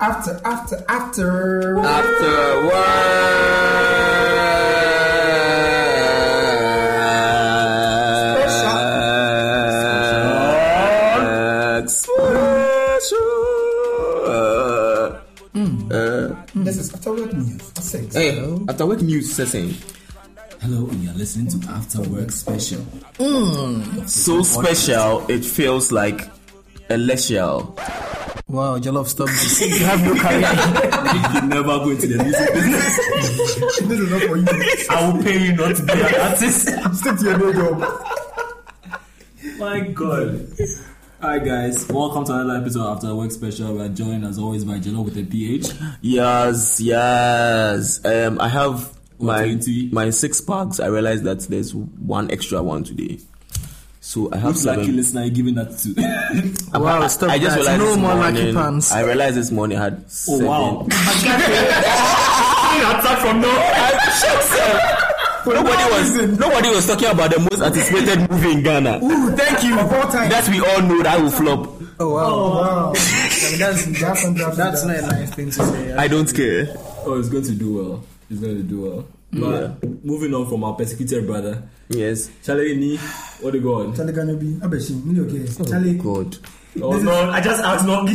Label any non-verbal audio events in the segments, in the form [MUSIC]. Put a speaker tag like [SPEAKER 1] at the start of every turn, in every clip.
[SPEAKER 1] After, after, after.
[SPEAKER 2] After work. Special.
[SPEAKER 1] This is After Work News at 6.
[SPEAKER 2] Hey, after work news session.
[SPEAKER 3] Hello, and you're listening to After Work Special.
[SPEAKER 2] So special, it feels like elatial.
[SPEAKER 4] Wow, Jollof, stop
[SPEAKER 3] [LAUGHS]
[SPEAKER 4] this.
[SPEAKER 2] You have no career.
[SPEAKER 3] You never go into the music business.
[SPEAKER 1] This is not for you.
[SPEAKER 3] I will pay you not to be [LAUGHS] an artist.
[SPEAKER 1] Stick to your day job.
[SPEAKER 3] My God. Hi guys, welcome to another episode of After Work Special. We are joined as always by Jello with a PH.
[SPEAKER 2] Yes, yes. Um, I have
[SPEAKER 3] do
[SPEAKER 2] my
[SPEAKER 3] you do?
[SPEAKER 2] my six packs. I realized that there's one extra one today, so I have
[SPEAKER 3] Looks like
[SPEAKER 2] seven.
[SPEAKER 3] a listener giving that to. [LAUGHS]
[SPEAKER 2] I-
[SPEAKER 4] Wow,
[SPEAKER 2] I-
[SPEAKER 4] stop
[SPEAKER 2] I just
[SPEAKER 4] that.
[SPEAKER 2] realized
[SPEAKER 4] No
[SPEAKER 2] this
[SPEAKER 4] more lucky
[SPEAKER 2] morning-
[SPEAKER 4] pants.
[SPEAKER 2] I realized this morning I had
[SPEAKER 3] Oh
[SPEAKER 2] seven.
[SPEAKER 3] wow! [LAUGHS]
[SPEAKER 2] Nobody was nobody was talking about the most anticipated movie in Ghana.
[SPEAKER 1] Ooh, thank you. Of all time.
[SPEAKER 2] That we all know that will flop.
[SPEAKER 4] Oh, wow.
[SPEAKER 1] wow. I mean, that's, that's, that's,
[SPEAKER 4] That's not a nice thing to say.
[SPEAKER 2] I don't care.
[SPEAKER 3] Oh, it's going to do well. It's going to do well. But moving on from our persecuted brother,
[SPEAKER 2] Yes.
[SPEAKER 3] Charlie Ni, what do you go on?
[SPEAKER 1] Charlie gonna be. I bet she. Me okay. Charlie.
[SPEAKER 2] God.
[SPEAKER 3] Oh no, I just asked not.
[SPEAKER 4] I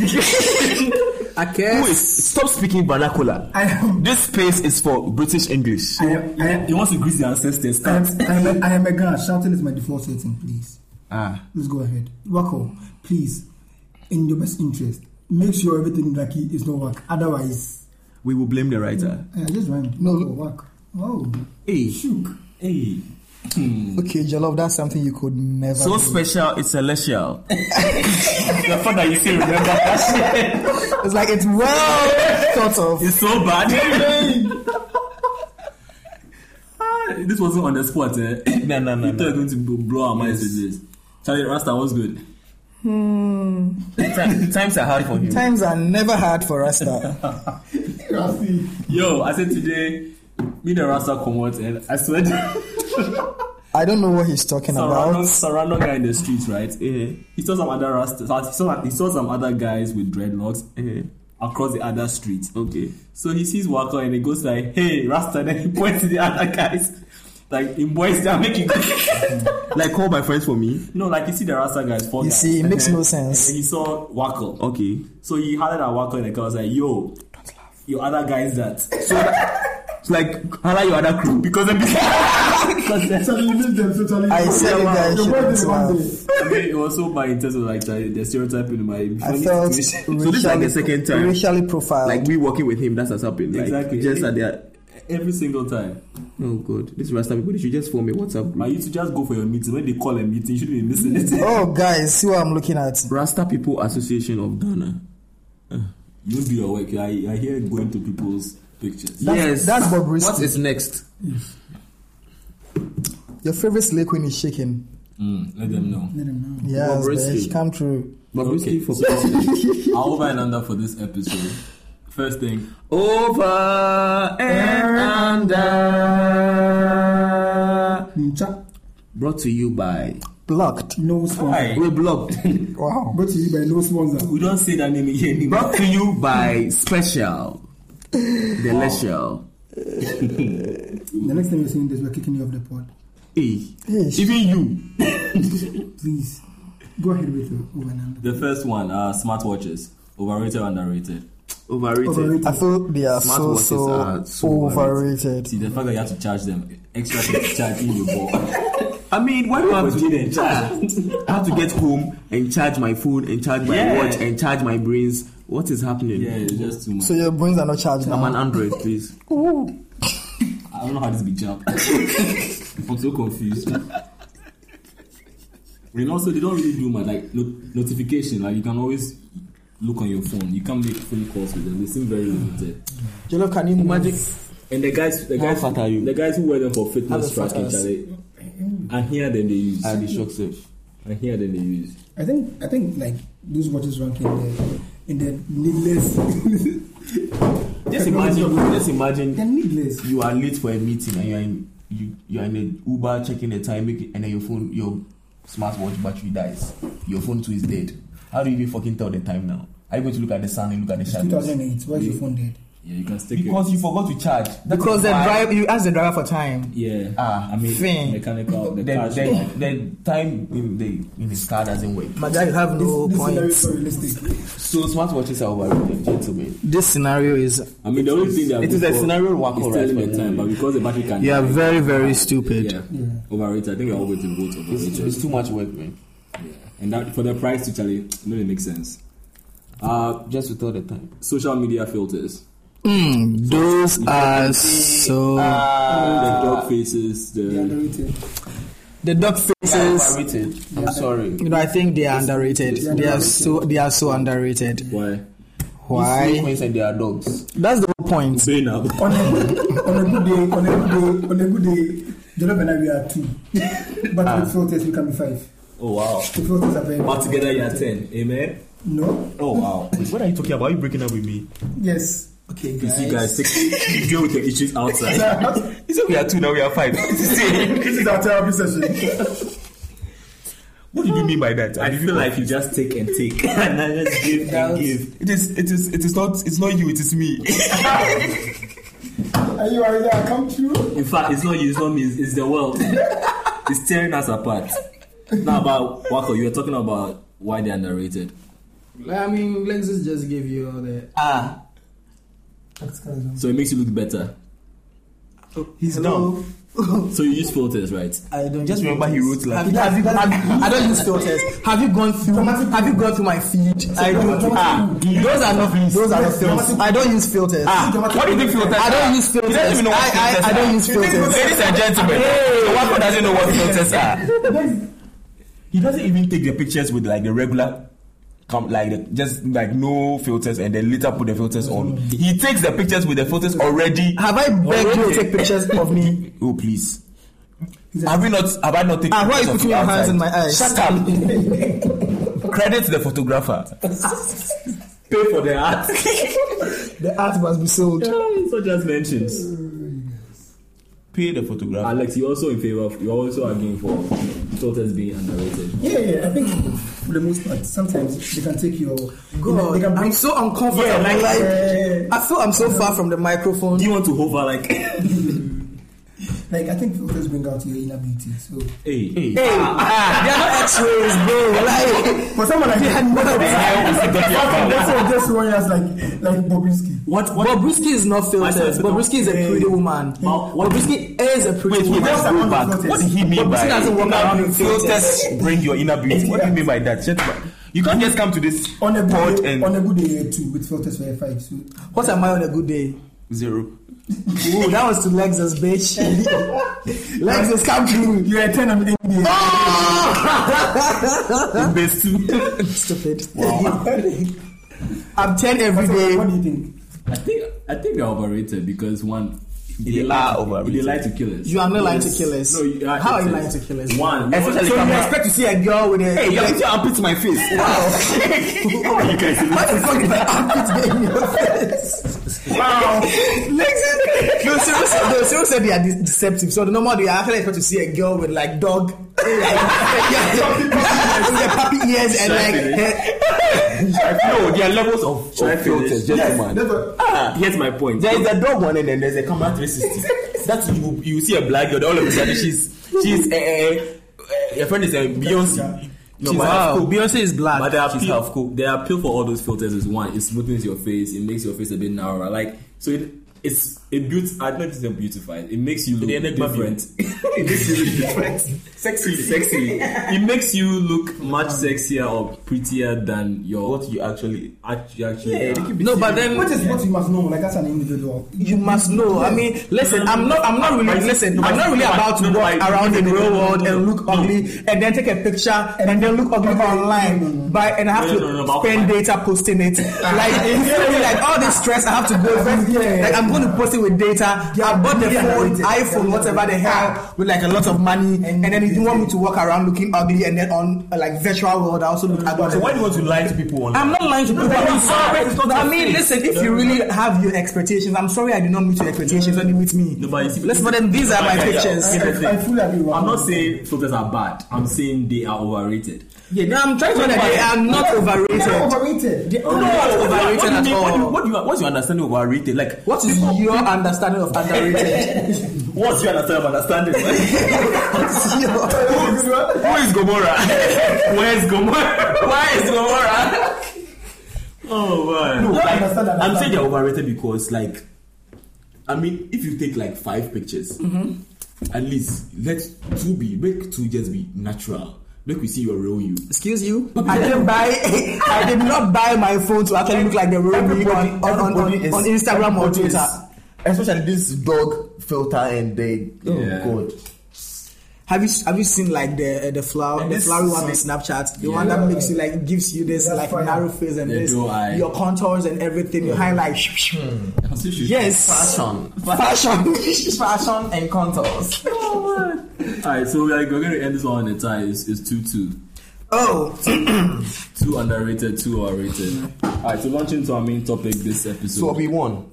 [SPEAKER 2] Who
[SPEAKER 4] guess.
[SPEAKER 2] is? Stop speaking vernacular.
[SPEAKER 1] I am.
[SPEAKER 2] This space is for British English.
[SPEAKER 1] I am. I am.
[SPEAKER 3] [LAUGHS] He wants to greet the ancestors.
[SPEAKER 1] I am, I am, a, I am a gun. Shouting is my default setting, please.
[SPEAKER 2] Ah.
[SPEAKER 1] Please go ahead. Wako, please, in your best interest, make sure everything in Raki is not work. Otherwise,
[SPEAKER 2] We will blame the writer.
[SPEAKER 1] I just rhymed. No, no, work. Oh,
[SPEAKER 2] Hey.
[SPEAKER 1] shook.
[SPEAKER 3] Hey,
[SPEAKER 4] Okay, Jollof, that's something you could never
[SPEAKER 2] So
[SPEAKER 4] do.
[SPEAKER 2] special, it's celestial.
[SPEAKER 3] [LAUGHS] the fact that you still remember that shit
[SPEAKER 4] It's like
[SPEAKER 2] [LAUGHS]
[SPEAKER 4] it's well thought of.
[SPEAKER 3] is so bad. Ah, this wasn't on the spot, eh?
[SPEAKER 2] No, no, no,
[SPEAKER 3] You thought
[SPEAKER 2] no.
[SPEAKER 3] you were going to bl- blow our minds with this. Charlie Rasta, what's good?
[SPEAKER 2] Time- Times are hard for him.
[SPEAKER 4] Times are never hard for Rasta.
[SPEAKER 1] Rasi.
[SPEAKER 3] Yo, I said today, me the Rasta come out and I swear,
[SPEAKER 4] I don't know what he's talking
[SPEAKER 3] Sarano,
[SPEAKER 4] about.
[SPEAKER 3] Sarano guy in the streets, right?
[SPEAKER 2] Eh,
[SPEAKER 3] He saw some other Rasta, he saw, he saw some other guys with dreadlocks
[SPEAKER 2] eh,
[SPEAKER 3] across the other street.
[SPEAKER 2] okay.
[SPEAKER 3] So he sees Waka and he goes like, "Hey, Rasta," then he [LAUGHS] points to the other guys, like in boys they are making. [LAUGHS]
[SPEAKER 2] Like call my friends for me.
[SPEAKER 3] No, like you see the Rasta guys. Four
[SPEAKER 4] You
[SPEAKER 3] guys.
[SPEAKER 4] see, it makes
[SPEAKER 3] And
[SPEAKER 4] no
[SPEAKER 3] then-
[SPEAKER 4] sense.
[SPEAKER 3] And he saw Waka.
[SPEAKER 2] Okay.
[SPEAKER 3] So he hollered at Waka in the car. was like, yo, your other guys that.
[SPEAKER 2] So it's like holla your other crew because then
[SPEAKER 3] Because that's-
[SPEAKER 1] Charlie, leave them so Charlie.
[SPEAKER 4] I said it, guys,
[SPEAKER 1] Your
[SPEAKER 4] shouldn't
[SPEAKER 1] word is one
[SPEAKER 4] laugh.
[SPEAKER 1] day.
[SPEAKER 3] I mean, it was so my intense was like the, the stereotype in my
[SPEAKER 4] I
[SPEAKER 3] funny
[SPEAKER 4] felt
[SPEAKER 3] situation.
[SPEAKER 2] this is like the second time.
[SPEAKER 4] racially
[SPEAKER 2] [LAUGHS]
[SPEAKER 4] profiled.
[SPEAKER 2] like we working with him. That's what's happened. Like,
[SPEAKER 3] Exactly.
[SPEAKER 2] Just at their
[SPEAKER 3] [LAUGHS] Every single time.
[SPEAKER 2] oh god, this Rasta people. They should just form a WhatsApp
[SPEAKER 3] But
[SPEAKER 2] group.
[SPEAKER 3] you should just go for your meeting. When they call a meeting, you shouldn't be missing it.
[SPEAKER 4] oh, guys, see what I'm looking at.
[SPEAKER 2] Rasta People Association of Ghana.
[SPEAKER 3] you do your work. I, I hear going to people's pictures.
[SPEAKER 4] That's- that's Bob Risky.
[SPEAKER 2] What is next?
[SPEAKER 4] Your favorite slay queen is shaking.
[SPEAKER 3] Mm, let them know. [LAUGHS]
[SPEAKER 1] Let him know.
[SPEAKER 4] Yes,
[SPEAKER 2] Risky.
[SPEAKER 4] bitch, come true.
[SPEAKER 2] Bobrisky
[SPEAKER 3] Okay.
[SPEAKER 2] for
[SPEAKER 3] Our over and under for this episode. First thing,
[SPEAKER 2] over and under.
[SPEAKER 1] Nuncha,
[SPEAKER 2] Brought to you by
[SPEAKER 4] Blocked.
[SPEAKER 1] no sponsor.
[SPEAKER 2] we blocked.
[SPEAKER 4] Wow.
[SPEAKER 1] Brought to you by no sponsor.
[SPEAKER 3] we don't say that name here anymore.
[SPEAKER 2] Brought to you by Special. Delicial.
[SPEAKER 1] The next time you're seeing this, we're kicking you off the pod.
[SPEAKER 2] Hey.
[SPEAKER 4] Yes.
[SPEAKER 2] Even you.
[SPEAKER 1] Please, go ahead with your over and under.
[SPEAKER 3] The first one, uh, smartwatches. Overrated, underrated.
[SPEAKER 2] Overrated.
[SPEAKER 1] Overrated.
[SPEAKER 4] I feel they are so,
[SPEAKER 2] Smartwatches
[SPEAKER 4] so,
[SPEAKER 2] are so
[SPEAKER 4] overrated.
[SPEAKER 3] See, the fact that you have to charge them, extra thing to charge in your ball.
[SPEAKER 2] I mean, why do I have
[SPEAKER 3] But you
[SPEAKER 2] to
[SPEAKER 3] didn't charge.
[SPEAKER 2] I have to get home and charge my phone and charge my
[SPEAKER 3] Yeah.
[SPEAKER 2] watch and charge my brains? What is happening?
[SPEAKER 3] [LAUGHS] Yeah, it's just too much.
[SPEAKER 4] So your brains are not charged
[SPEAKER 2] I'm
[SPEAKER 4] now.
[SPEAKER 2] an Android, please.
[SPEAKER 3] I don't know how this be jump. I'm so confused. And also, they don't really do much. Like, no- notification, like, you can always look on your phone. You can't make phone calls with them. They seem very limited.
[SPEAKER 4] Jollof, can you
[SPEAKER 2] Magic.
[SPEAKER 4] move?
[SPEAKER 3] And the guys, the
[SPEAKER 2] How
[SPEAKER 3] guys,
[SPEAKER 2] fat are you?
[SPEAKER 3] the guys who wear them for
[SPEAKER 4] How
[SPEAKER 3] fitness
[SPEAKER 4] fat are
[SPEAKER 3] tracking,
[SPEAKER 4] us?
[SPEAKER 3] Charlie. And here then they use.
[SPEAKER 2] I'll be shocked, safe.
[SPEAKER 3] And here then they use.
[SPEAKER 1] I think I think like those watches rank in the in the [LAUGHS] needless.
[SPEAKER 2] Just imagine, just imagine
[SPEAKER 1] They're needless.
[SPEAKER 2] you are late for a meeting and you're in, you, you're in a Uber checking the time making- and then your phone, your smartwatch battery dies. Your phone too is dead. How do you even fucking tell the time now? Are you going to look at the sun and look at the
[SPEAKER 1] It's
[SPEAKER 2] shadows?
[SPEAKER 1] 2008. Why is your phone dead?
[SPEAKER 3] Yeah, you can stick
[SPEAKER 2] Because
[SPEAKER 3] it.
[SPEAKER 2] you forgot to charge. That
[SPEAKER 4] Because
[SPEAKER 2] is
[SPEAKER 4] the
[SPEAKER 2] why
[SPEAKER 4] driver, you ask the driver for time.
[SPEAKER 3] Yeah.
[SPEAKER 2] Ah,
[SPEAKER 3] I mean,
[SPEAKER 4] thing.
[SPEAKER 3] mechanical.
[SPEAKER 2] the,
[SPEAKER 3] The, car's
[SPEAKER 2] the, the time in, the, in his car doesn't work.
[SPEAKER 4] My guy, you have
[SPEAKER 1] This,
[SPEAKER 4] no
[SPEAKER 1] this scenario is
[SPEAKER 4] point.
[SPEAKER 1] so realistic.
[SPEAKER 2] So smartwatches are overrated, gentlemen.
[SPEAKER 4] This scenario is
[SPEAKER 3] I mean, the only thing that
[SPEAKER 2] It is a
[SPEAKER 3] good for
[SPEAKER 2] scenario work,
[SPEAKER 3] is
[SPEAKER 2] alright,
[SPEAKER 3] telling
[SPEAKER 2] for
[SPEAKER 3] the time, but
[SPEAKER 2] movie.
[SPEAKER 3] because the battery can.
[SPEAKER 4] you are very very stupid.
[SPEAKER 3] Yeah. Overrated. I think we're all going to
[SPEAKER 2] It's,
[SPEAKER 3] vote overrated.
[SPEAKER 2] it's too much work, man.
[SPEAKER 3] yeah. And that for the price, to tell you, it really makes sense. Uh,
[SPEAKER 2] Just to tell the time.
[SPEAKER 3] social media filters.
[SPEAKER 4] Mm, those are so
[SPEAKER 3] the dog faces. The
[SPEAKER 1] They are underrated.
[SPEAKER 4] the dog faces.
[SPEAKER 2] overrated. I'm sorry.
[SPEAKER 4] You know, I think they are underrated. They are so they are so underrated.
[SPEAKER 3] why?
[SPEAKER 2] These
[SPEAKER 4] Why?
[SPEAKER 2] queens and their dogs.
[SPEAKER 4] That's the whole point.
[SPEAKER 3] Brain up.
[SPEAKER 1] [LAUGHS] on a on a good day, on a good day, on a good day, Jollof and I we are two. [LAUGHS] But with filters we can be five.
[SPEAKER 3] Oh wow.
[SPEAKER 1] The filters are very
[SPEAKER 3] Ah. But together you are ten. Amen.
[SPEAKER 1] No?
[SPEAKER 3] Oh wow.
[SPEAKER 2] What are you talking about? Are you breaking up with me?
[SPEAKER 1] Yes. Okay,
[SPEAKER 3] You see, guys, take, deal with your issues outside.
[SPEAKER 2] You said we are two, now we are five.
[SPEAKER 1] this is our therapy session.
[SPEAKER 2] what do you mean by that?
[SPEAKER 3] I feel like you just take and take, [LAUGHS] and I just give and give.
[SPEAKER 2] it is, it is, it is not, it's not you, it is me.
[SPEAKER 1] Are you are you come through?
[SPEAKER 3] In fact, it's not you, it's not me, it's, it's the
[SPEAKER 4] [LAUGHS]
[SPEAKER 3] world. it's tearing us apart. Now, about Wako, you were talking about why they're underrated.
[SPEAKER 5] I mean, Lexus just gave you all the.
[SPEAKER 4] Ah,
[SPEAKER 3] So it makes you look better.
[SPEAKER 2] He's
[SPEAKER 4] Hello?
[SPEAKER 3] So you use filters, right?
[SPEAKER 4] I don't
[SPEAKER 2] Just
[SPEAKER 4] use
[SPEAKER 2] remember he
[SPEAKER 4] filters.
[SPEAKER 2] wrote like-
[SPEAKER 4] Have you, have you, have you, I don't use filters. Have you gone through? Have you gone through my feed? I don't.
[SPEAKER 1] dramatic
[SPEAKER 4] Ah, those are not those are not filters. I don't use filters.
[SPEAKER 2] Ah, what do you think filters?
[SPEAKER 4] I don't use filters.
[SPEAKER 2] He doesn't even know what
[SPEAKER 4] I- I-
[SPEAKER 2] filters
[SPEAKER 4] I don't
[SPEAKER 2] are.
[SPEAKER 4] use
[SPEAKER 2] He doesn't-
[SPEAKER 4] filters.
[SPEAKER 2] Ladies and gentlemen, so Wako doesn't know what filters are. He doesn't even take the pictures with like the regular. Come like the, just like no filters and then later put the filters on. He takes the pictures with the filters already.
[SPEAKER 4] Have I begged you to take pictures of me?
[SPEAKER 2] Oh please. Have we not? Have I not taken?
[SPEAKER 4] Ah, why are you
[SPEAKER 2] pictures of
[SPEAKER 4] putting your
[SPEAKER 2] outside?
[SPEAKER 4] hands in my eyes?
[SPEAKER 2] Shut up. Credit the photographer.
[SPEAKER 3] Pay for the art.
[SPEAKER 4] The art must be sold.
[SPEAKER 3] [LAUGHS] it's not just mentions.
[SPEAKER 2] Pay the photographer.
[SPEAKER 3] Alex, you're also in favor of, you're also arguing for filters being underrated.
[SPEAKER 1] Yeah, yeah. I think for the most part, sometimes they can take your They
[SPEAKER 4] God,
[SPEAKER 1] can
[SPEAKER 4] I'm
[SPEAKER 1] bring uh,
[SPEAKER 4] so uncomfortable.
[SPEAKER 2] Yeah, like-
[SPEAKER 4] like, I feel I'm so far from the microphone.
[SPEAKER 3] Do you want to hover like, [LAUGHS] hey,
[SPEAKER 1] like I think filters bring out your inner beauty. So
[SPEAKER 2] Hey.
[SPEAKER 4] Hey, ah, they are not X-rays, bro. Like,
[SPEAKER 1] for someone like
[SPEAKER 4] they are not.
[SPEAKER 1] that's all just one as like like Bobrisky.
[SPEAKER 3] what, what?
[SPEAKER 4] Bobrisky is not
[SPEAKER 3] Myself,
[SPEAKER 4] filters.
[SPEAKER 3] but-
[SPEAKER 4] Bobrisky is a pretty woman.
[SPEAKER 3] Well, what-
[SPEAKER 4] Bobrisky is a pretty
[SPEAKER 2] Wait, wait,
[SPEAKER 4] woman.
[SPEAKER 2] let's
[SPEAKER 1] What
[SPEAKER 2] go
[SPEAKER 1] about
[SPEAKER 2] back.
[SPEAKER 1] filters?
[SPEAKER 2] What did he mean
[SPEAKER 4] But
[SPEAKER 2] by
[SPEAKER 4] this doesn't work
[SPEAKER 2] now
[SPEAKER 4] around
[SPEAKER 2] you
[SPEAKER 4] with
[SPEAKER 2] filters bring your inner beauty? What do you mean by that? Shut up. You can't just come to this
[SPEAKER 1] On a
[SPEAKER 2] pod
[SPEAKER 1] good day,
[SPEAKER 2] and
[SPEAKER 1] on a good day uh, too with filters were five. So
[SPEAKER 4] What am I on a good day?
[SPEAKER 2] zero.
[SPEAKER 4] Ooh, that was to Lexus, bitch. Lexus, come through.
[SPEAKER 1] you're a ten on the NBA.
[SPEAKER 2] Base two.
[SPEAKER 4] Stupid.
[SPEAKER 1] [LAUGHS]
[SPEAKER 4] I'm 10 every day.
[SPEAKER 1] Oh! What do you think?
[SPEAKER 3] I think, I think they're overrated because one,
[SPEAKER 2] They are overrated.
[SPEAKER 3] They lie to killers.
[SPEAKER 4] You are not lying to
[SPEAKER 3] Yes.
[SPEAKER 4] killers.
[SPEAKER 3] No, you
[SPEAKER 4] How are you lying
[SPEAKER 3] haters.
[SPEAKER 4] to killers?
[SPEAKER 3] One,
[SPEAKER 2] Especially
[SPEAKER 4] So you
[SPEAKER 2] camera.
[SPEAKER 4] expect to see a girl with a...
[SPEAKER 2] Hey, you're putting your armpit to my face. [LAUGHS]
[SPEAKER 4] Wow.
[SPEAKER 2] You guys,
[SPEAKER 4] Why the fuck is my armpit there in your face?
[SPEAKER 2] wow.
[SPEAKER 4] Lexus. No, seriously, no, seriously, they are de- deceptive. So the normal they are actually expect to see a girl with like dog, yeah, yeah, with her puppy ears and like her,
[SPEAKER 2] No, there are levels of,
[SPEAKER 3] I
[SPEAKER 2] of
[SPEAKER 3] finish?
[SPEAKER 2] filters,
[SPEAKER 1] Yes,
[SPEAKER 2] gentlemen.
[SPEAKER 1] that's what.
[SPEAKER 3] Ah, Here's my point.
[SPEAKER 2] There is a dog one and then there's a camera 360. That's you you see a black girl, all of a sudden she's she's uh, uh, your friend is a Beyonce.
[SPEAKER 3] No,
[SPEAKER 2] she's
[SPEAKER 3] but-
[SPEAKER 2] half cooked.
[SPEAKER 4] Beyonce is black.
[SPEAKER 3] But the
[SPEAKER 2] She's
[SPEAKER 3] appeal,
[SPEAKER 2] half cooked.
[SPEAKER 3] the appeal for all those filters is one, it smoothens your face, it makes your face a bit narrower. Like so, it it's it beaut. I don't know if it's a beautified. It makes you look
[SPEAKER 2] The enigma [LAUGHS]
[SPEAKER 3] different. it makes you look different, sexy, sexy. It makes you look much sexier or prettier than your
[SPEAKER 2] What you actually
[SPEAKER 3] act- you actually.
[SPEAKER 2] Yeah,
[SPEAKER 3] are.
[SPEAKER 2] they keep
[SPEAKER 4] No, but then
[SPEAKER 1] What is what you must know? Like that's an individual.
[SPEAKER 4] you must know. I mean, listen, I'm not, I'm not really, listen, I'm not really about to walk around in the real world and look ugly and then take a picture and then look ugly online. By and I have
[SPEAKER 3] No, no, no,
[SPEAKER 4] to
[SPEAKER 3] no,
[SPEAKER 4] spend
[SPEAKER 3] but-
[SPEAKER 1] [LAUGHS]
[SPEAKER 4] data posting it. Like, you feel me? like all this stress I have to go through. Like, I'm going to post it it with data.
[SPEAKER 1] Yeah,
[SPEAKER 4] I bought the
[SPEAKER 1] yeah,
[SPEAKER 4] phone,
[SPEAKER 1] yeah,
[SPEAKER 4] iPhone,
[SPEAKER 1] yeah,
[SPEAKER 4] whatever the
[SPEAKER 1] yeah.
[SPEAKER 4] hell, with like a lot of money, and,
[SPEAKER 1] And
[SPEAKER 4] then you
[SPEAKER 1] you-
[SPEAKER 4] want me to walk around looking ugly, and then on uh, like virtual world, I also look ugly.
[SPEAKER 2] So why do you want to lie to people online?
[SPEAKER 4] I'm not lying to people.
[SPEAKER 2] but
[SPEAKER 4] I'm
[SPEAKER 2] it's
[SPEAKER 4] sorry.
[SPEAKER 2] not- it's not
[SPEAKER 4] I
[SPEAKER 2] your
[SPEAKER 4] mean,
[SPEAKER 2] thing.
[SPEAKER 4] listen, if you really have your expectations, I'm sorry I did not meet your expectations only with me.
[SPEAKER 3] No, but you see-
[SPEAKER 4] Listen, but then these are my
[SPEAKER 3] Yeah, yeah.
[SPEAKER 4] pictures.
[SPEAKER 3] Yeah.
[SPEAKER 1] I, I fully agree with
[SPEAKER 3] I'm
[SPEAKER 1] you.
[SPEAKER 3] not saying filters are bad. I'm saying they are overrated.
[SPEAKER 4] Yeah, no, I'm trying to say
[SPEAKER 3] Why?
[SPEAKER 4] that they are not
[SPEAKER 1] They are
[SPEAKER 4] overrated.
[SPEAKER 1] overrated.
[SPEAKER 4] No, overrated
[SPEAKER 3] what do you
[SPEAKER 4] at
[SPEAKER 3] mean?
[SPEAKER 4] all.
[SPEAKER 3] What do you, what do you, what's your understanding of overrated? Like,
[SPEAKER 4] What is your understanding
[SPEAKER 3] [LAUGHS]
[SPEAKER 4] of underrated?
[SPEAKER 3] what's your understanding of understanding?
[SPEAKER 4] What's your-
[SPEAKER 2] Who is Gomorrah? Where's Gomorrah?
[SPEAKER 3] Why is Gomorrah? oh man. No,
[SPEAKER 1] Don't
[SPEAKER 3] like,
[SPEAKER 1] understand,
[SPEAKER 3] I'm
[SPEAKER 1] understand.
[SPEAKER 3] saying they're overrated because like I mean if you take like five pictures, at least let two be make two just be natural. Make we see your real you.
[SPEAKER 4] Excuse you. I didn't buy. I did not buy my phone to actually look like the real me on, on, on, on,
[SPEAKER 6] everybody is-
[SPEAKER 4] on Instagram or
[SPEAKER 6] everybody is-
[SPEAKER 4] Twitter.
[SPEAKER 6] Especially this dog filter and the oh
[SPEAKER 3] Yeah.
[SPEAKER 6] god.
[SPEAKER 4] Have you have you seen like the uh, the flower the flowery one on Snapchat? The one that makes you like gives you this
[SPEAKER 1] That's
[SPEAKER 4] like
[SPEAKER 1] fire.
[SPEAKER 4] narrow face and
[SPEAKER 3] The
[SPEAKER 4] this
[SPEAKER 3] dual eye.
[SPEAKER 4] your contours and everything your highlight. Yes,
[SPEAKER 6] Fashion.
[SPEAKER 4] [LAUGHS] fashion.
[SPEAKER 6] Fashion and contours.
[SPEAKER 3] Alright, so we're, we're gonna end this one on a tie. It's, it's two two.
[SPEAKER 4] Oh,
[SPEAKER 3] Two underrated, two overrated. Alright, so launch into our main topic this episode.
[SPEAKER 6] So we won.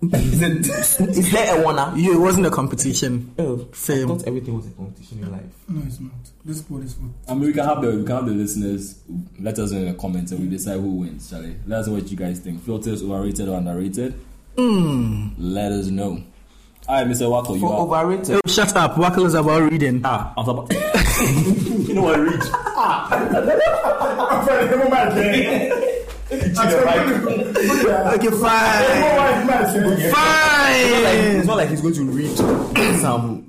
[SPEAKER 6] is, it, is there a winner?
[SPEAKER 4] yeah, it wasn't a competition.
[SPEAKER 6] Oh,
[SPEAKER 4] Same.
[SPEAKER 6] Not everything was a competition in life.
[SPEAKER 1] No, it's not. This sport is for.
[SPEAKER 3] I mean, we can have the we can have the listeners let us know in the comments and we decide who wins, shall we? Let us know what you guys think. Filters overrated or underrated? Let us know. All right, Mr. Wako, you
[SPEAKER 6] Hmm. For
[SPEAKER 3] are.
[SPEAKER 6] overrated.
[SPEAKER 4] Oh, shut up! Wackle is about reading.
[SPEAKER 3] ah, I was about. you know what, read.
[SPEAKER 4] Okay, fine, fine.
[SPEAKER 6] It's not like he's going to read some.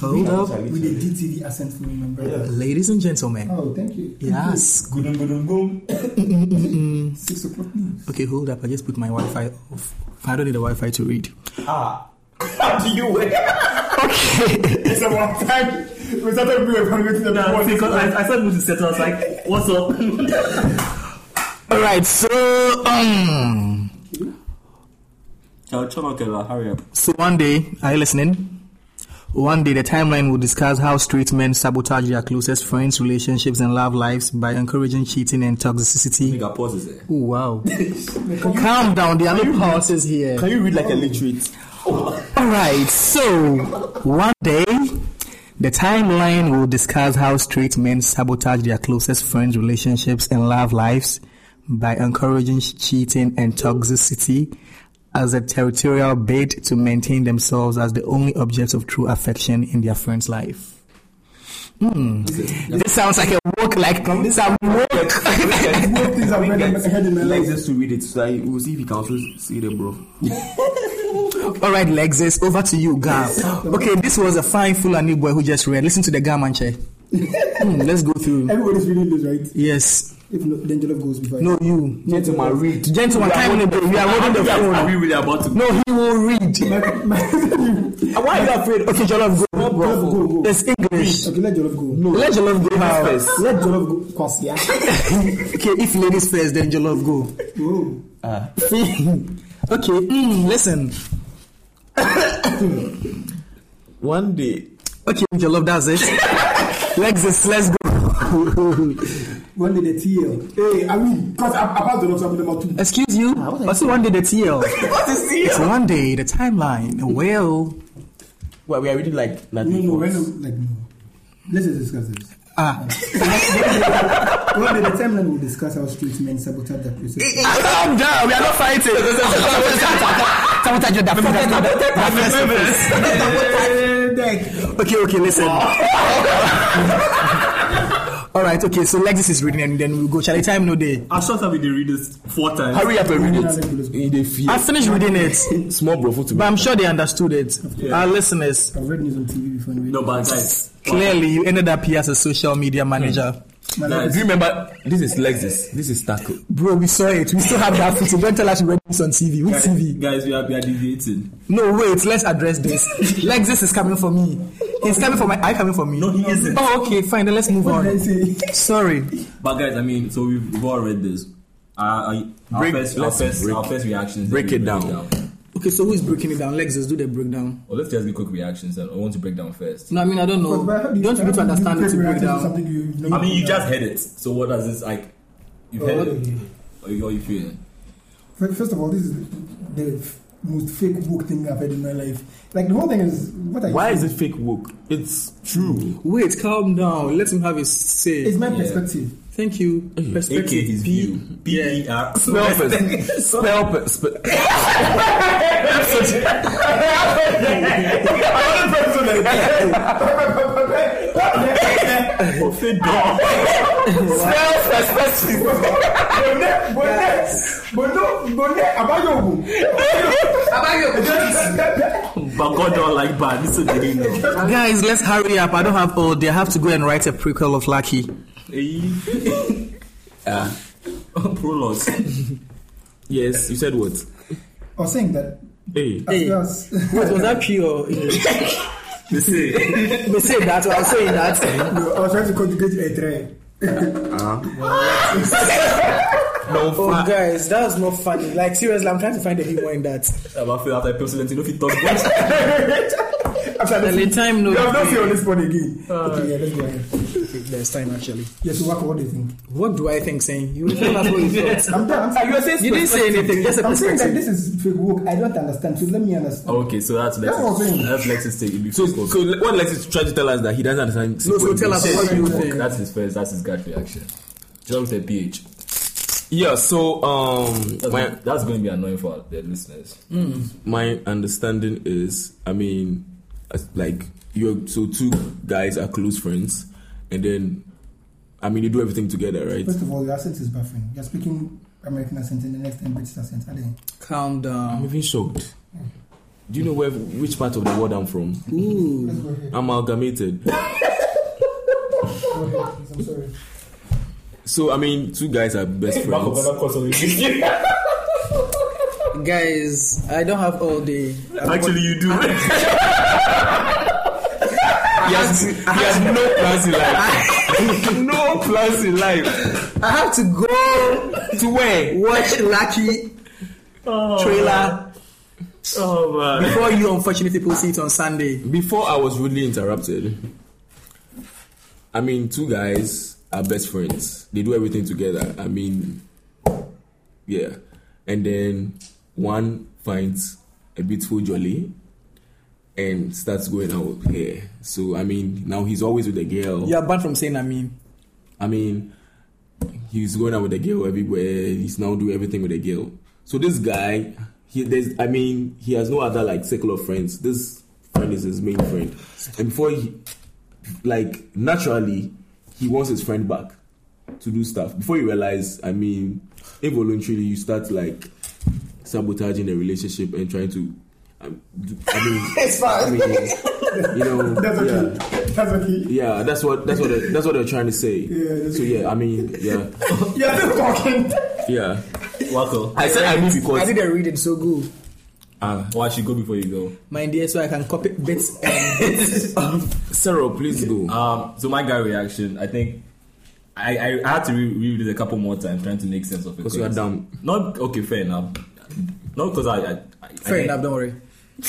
[SPEAKER 4] Hold up,
[SPEAKER 1] With the DTV accent for me, my brother.
[SPEAKER 4] ladies and gentlemen.
[SPEAKER 1] Oh, thank you.
[SPEAKER 4] Yes.
[SPEAKER 2] Gudum gudum gum.
[SPEAKER 1] Six o'clock news.
[SPEAKER 4] Okay, hold up. I just put my Wi-Fi off. I don't need the Wi-Fi to read.
[SPEAKER 6] Ah. [LAUGHS] How do you wear?
[SPEAKER 4] Okay.
[SPEAKER 2] It's about time. We started doing evaluating the
[SPEAKER 3] Nah, because I, I started to settle. I was like, what's up?
[SPEAKER 4] All right. So, um,
[SPEAKER 3] Chow Chow Kela, hurry up.
[SPEAKER 4] so one day, are you listening? One day, the timeline will discuss how straight men sabotage their closest friends, relationships, and love lives by encouraging cheating and toxicity.
[SPEAKER 3] Nigga, pause is there.
[SPEAKER 4] Oh
[SPEAKER 6] [LAUGHS]
[SPEAKER 4] wow! Calm down. There are no pauses here.
[SPEAKER 6] Can you read like a literate?
[SPEAKER 4] All right, so one day, the timeline will discuss how straight men sabotage their closest friends, relationships, and love lives by encouraging cheating and toxicity as a territorial bid to maintain themselves as the only object of true affection in their friend's life. Hmm. This sounds like a work, like this a work. [LAUGHS]
[SPEAKER 1] Both things I've read in my- heard in my life.
[SPEAKER 6] Let's just to read it so I will see if he can also see the bro.
[SPEAKER 4] All right, Lexus, over to you, Gam. Okay, this was a fine Fulani boy who just read. Listen to the Gam and [LAUGHS] check. Hmm, let's go through.
[SPEAKER 1] Everybody's reading this, right?
[SPEAKER 4] Yes.
[SPEAKER 1] If not, then Jollof goes before.
[SPEAKER 4] No, you.
[SPEAKER 6] Gentleman, read.
[SPEAKER 4] Gentleman, time in the We are holding the
[SPEAKER 3] Are
[SPEAKER 4] phone.
[SPEAKER 3] we really about to?
[SPEAKER 4] No, he will
[SPEAKER 1] [LAUGHS]
[SPEAKER 4] read.
[SPEAKER 1] My, my,
[SPEAKER 4] Why are you afraid? Okay, Jollof,
[SPEAKER 1] Jollof,
[SPEAKER 4] go.
[SPEAKER 1] go, go.
[SPEAKER 4] It's English.
[SPEAKER 1] Okay, let Jollof go.
[SPEAKER 4] Let Jollof go now. [LAUGHS] okay,
[SPEAKER 1] Let Jollof go. Cause yeah.
[SPEAKER 4] if ladies first, then Jollof go. [LAUGHS]
[SPEAKER 1] Oh.
[SPEAKER 4] okay, mm, listen.
[SPEAKER 6] One day.
[SPEAKER 4] Okay, Jollof, that's [LAUGHS] it. Lexus, let's go.
[SPEAKER 1] When did the TL? Hey, I mean, cause I, I passed Jollof, so I'm number two.
[SPEAKER 4] Excuse you? I see one day the [LAUGHS] TL. It's one day the timeline. Well,
[SPEAKER 6] Well, we are reading like
[SPEAKER 1] No,
[SPEAKER 6] nothing.
[SPEAKER 1] no, when, like no. Let's just discuss this.
[SPEAKER 4] ah.
[SPEAKER 1] One day the timeline will discuss how straight men sabotage their
[SPEAKER 2] Eh,
[SPEAKER 1] process.
[SPEAKER 4] Calm down, we are not
[SPEAKER 6] [LAUGHS]
[SPEAKER 4] fighting. Sabotage your [LAUGHS] Okay, okay, listen. All right, okay, so Lexis is reading and then we'll go. Shall I time no day?
[SPEAKER 3] I shot up with the readers four times.
[SPEAKER 6] Hurry up and read
[SPEAKER 1] Let
[SPEAKER 6] it.
[SPEAKER 1] Jollof go.
[SPEAKER 6] In the fear.
[SPEAKER 4] I finished reading it,
[SPEAKER 6] [LAUGHS] Small bro foot to
[SPEAKER 4] but
[SPEAKER 6] me.
[SPEAKER 4] I'm sure they understood it. Our listeners,
[SPEAKER 1] I've read news on TV before. and read-
[SPEAKER 3] No, but guys,
[SPEAKER 4] clearly you ended up here as a social media manager.
[SPEAKER 1] My
[SPEAKER 6] Do
[SPEAKER 1] life [LAUGHS]
[SPEAKER 6] you remember? This is Lexus. This is Taco.
[SPEAKER 4] Bro, we saw it. We still have that footage. Don't tell us we read this on TV. Which TV?
[SPEAKER 3] guys, we are we are deviating.
[SPEAKER 4] No, wait, let's address this. like this is coming for me. He's coming for my I coming for me. No,
[SPEAKER 3] he isn't.
[SPEAKER 4] Oh, okay, fine, then let's move on.
[SPEAKER 1] is- Let's say-
[SPEAKER 4] Sorry.
[SPEAKER 3] But guys, I mean, so we've, we've all read this. Uh, I- our
[SPEAKER 6] Break-
[SPEAKER 3] first, our
[SPEAKER 6] let's
[SPEAKER 3] first,
[SPEAKER 6] break-
[SPEAKER 3] our first reactions.
[SPEAKER 6] break
[SPEAKER 3] we
[SPEAKER 6] it down.
[SPEAKER 4] Okay, so who is breaking it down? Lexus, do the breakdown.
[SPEAKER 3] Well, let's just do quick reactions. Then I want to break down first.
[SPEAKER 4] No, I mean I don't know. Don't you need to understand it to break down?
[SPEAKER 1] Something you, you
[SPEAKER 3] I mean, you just heard it. So what does this like? You've heard
[SPEAKER 1] Oh,
[SPEAKER 3] it, or you, or you feel it?
[SPEAKER 1] Fir- First of all, this is the f- most fake book thing I've heard in my life. Like the whole thing is what are you
[SPEAKER 2] Why is
[SPEAKER 1] saying?
[SPEAKER 2] it fake woke? It's true.
[SPEAKER 4] Wait, calm down. Let him have his say.
[SPEAKER 1] It's my
[SPEAKER 3] Yeah.
[SPEAKER 1] perspective.
[SPEAKER 4] Thank you. Perspective.
[SPEAKER 3] AK his
[SPEAKER 4] P-
[SPEAKER 3] view. P E [LAUGHS] R.
[SPEAKER 2] Spell first. Spell first. Spe- [LAUGHS]
[SPEAKER 1] Bono, Bono, Abayogo.
[SPEAKER 2] But God don't like bad. This is the thing.
[SPEAKER 4] [LAUGHS] Guys, let's hurry up. I don't have all day. I have to go and write a prequel of Lucky.
[SPEAKER 3] [LAUGHS] Oh,
[SPEAKER 2] Prologue. Yes, you said what?
[SPEAKER 1] I was saying that.
[SPEAKER 2] Hey.
[SPEAKER 1] As
[SPEAKER 4] Hey.
[SPEAKER 1] well as,
[SPEAKER 4] Wait, was that P [LAUGHS] or English?
[SPEAKER 2] They say.
[SPEAKER 4] They say that. I was saying that.
[SPEAKER 1] no, [LAUGHS] I was trying to conjugate a tray.
[SPEAKER 2] No
[SPEAKER 4] Oh,
[SPEAKER 2] fuck.
[SPEAKER 4] guys, that was not funny. Like seriously, I'm trying to find a humor in that.
[SPEAKER 3] [LAUGHS] I feel after person, you know, if you talk.
[SPEAKER 1] After this,
[SPEAKER 4] time,
[SPEAKER 1] you have not seen on this one again. okay, yeah, let's go ahead.
[SPEAKER 4] There's time actually.
[SPEAKER 1] Yes, so what, what do you think?
[SPEAKER 4] What do I think? Saying you tell us what you thought.
[SPEAKER 1] I'm, I'm,
[SPEAKER 4] You didn't say anything. Just a
[SPEAKER 1] I'm saying that
[SPEAKER 4] perspective.
[SPEAKER 1] this is fake work. I don't understand. So let me understand.
[SPEAKER 3] Okay, so that's
[SPEAKER 1] That's what I'm
[SPEAKER 3] Lexus.
[SPEAKER 1] saying.
[SPEAKER 3] That's Lexus take. It'll be
[SPEAKER 2] So,
[SPEAKER 3] focused.
[SPEAKER 2] so what Lex is trying to tell us that he doesn't understand.
[SPEAKER 4] No, so tell us
[SPEAKER 2] sequence.
[SPEAKER 4] what you think.
[SPEAKER 3] That's his first. That's his gut reaction. Jump the pH.
[SPEAKER 2] Yeah. So um,
[SPEAKER 3] That's,
[SPEAKER 2] my
[SPEAKER 3] that's going to be annoying for the listeners.
[SPEAKER 2] my understanding is, I mean, as- like you. So two guys are close friends, and then, I mean, you do everything together, right?
[SPEAKER 1] First of all, your accent is baffling. You're speaking American accent and the next time British accent. Are they?
[SPEAKER 4] Calm
[SPEAKER 2] I'm
[SPEAKER 4] down.
[SPEAKER 2] even shocked. Do you know where which part of the world I'm from?
[SPEAKER 4] Ooh.
[SPEAKER 1] Let's go ahead.
[SPEAKER 2] Amalgamated.
[SPEAKER 1] Go ahead, please. I'm sorry.
[SPEAKER 2] So I mean, two guys are best friends.
[SPEAKER 4] Guys, I don't have all day.
[SPEAKER 2] Actually, you do. he has, he has no plans in life. no plans in life.
[SPEAKER 4] I have to go
[SPEAKER 2] To where?
[SPEAKER 4] watch Lucky trailer
[SPEAKER 2] Oh man.
[SPEAKER 4] before you unfortunate people see it on Sunday.
[SPEAKER 2] Before I was rudely interrupted, I mean, two guys are best friends. They do everything together. I mean, yeah. And then one finds a beautiful jolly and starts going out here. So, I mean, now he's always with a girl.
[SPEAKER 4] You are banned from saying I mean.
[SPEAKER 2] I mean, he's going out with a girl everywhere. He's now doing everything with a girl. So this guy, he there's, I mean, he has no other like circle of friends. This friend is his main friend, and before he, like naturally, he wants his friend back to do stuff. Before you realize, I mean, involuntarily, you start like sabotaging the relationship and trying to. um, do- I mean, it's fine. I mean, you know,
[SPEAKER 1] That's
[SPEAKER 2] yeah.
[SPEAKER 1] okay. That's okay.
[SPEAKER 2] Yeah, that's what that's what they, that's what they're trying to say.
[SPEAKER 1] Yeah, that's
[SPEAKER 2] so yeah, I mean, yeah,
[SPEAKER 1] You're still talking.
[SPEAKER 2] [LAUGHS] yeah.
[SPEAKER 3] Wako,
[SPEAKER 2] I said I mean
[SPEAKER 4] I
[SPEAKER 2] because
[SPEAKER 4] did a reading so good.
[SPEAKER 3] uh, why should go before you go?
[SPEAKER 4] My dear, so I can copy bits.
[SPEAKER 2] Sarah, please go.
[SPEAKER 3] Um, so my guy reaction, I think I, I, I had to re- reread it a couple more times trying to make sense of it.
[SPEAKER 2] Because you are dumb.
[SPEAKER 3] Not okay, fair enough. Not because I, I, I
[SPEAKER 4] Fair
[SPEAKER 3] I-
[SPEAKER 4] enough, don't worry.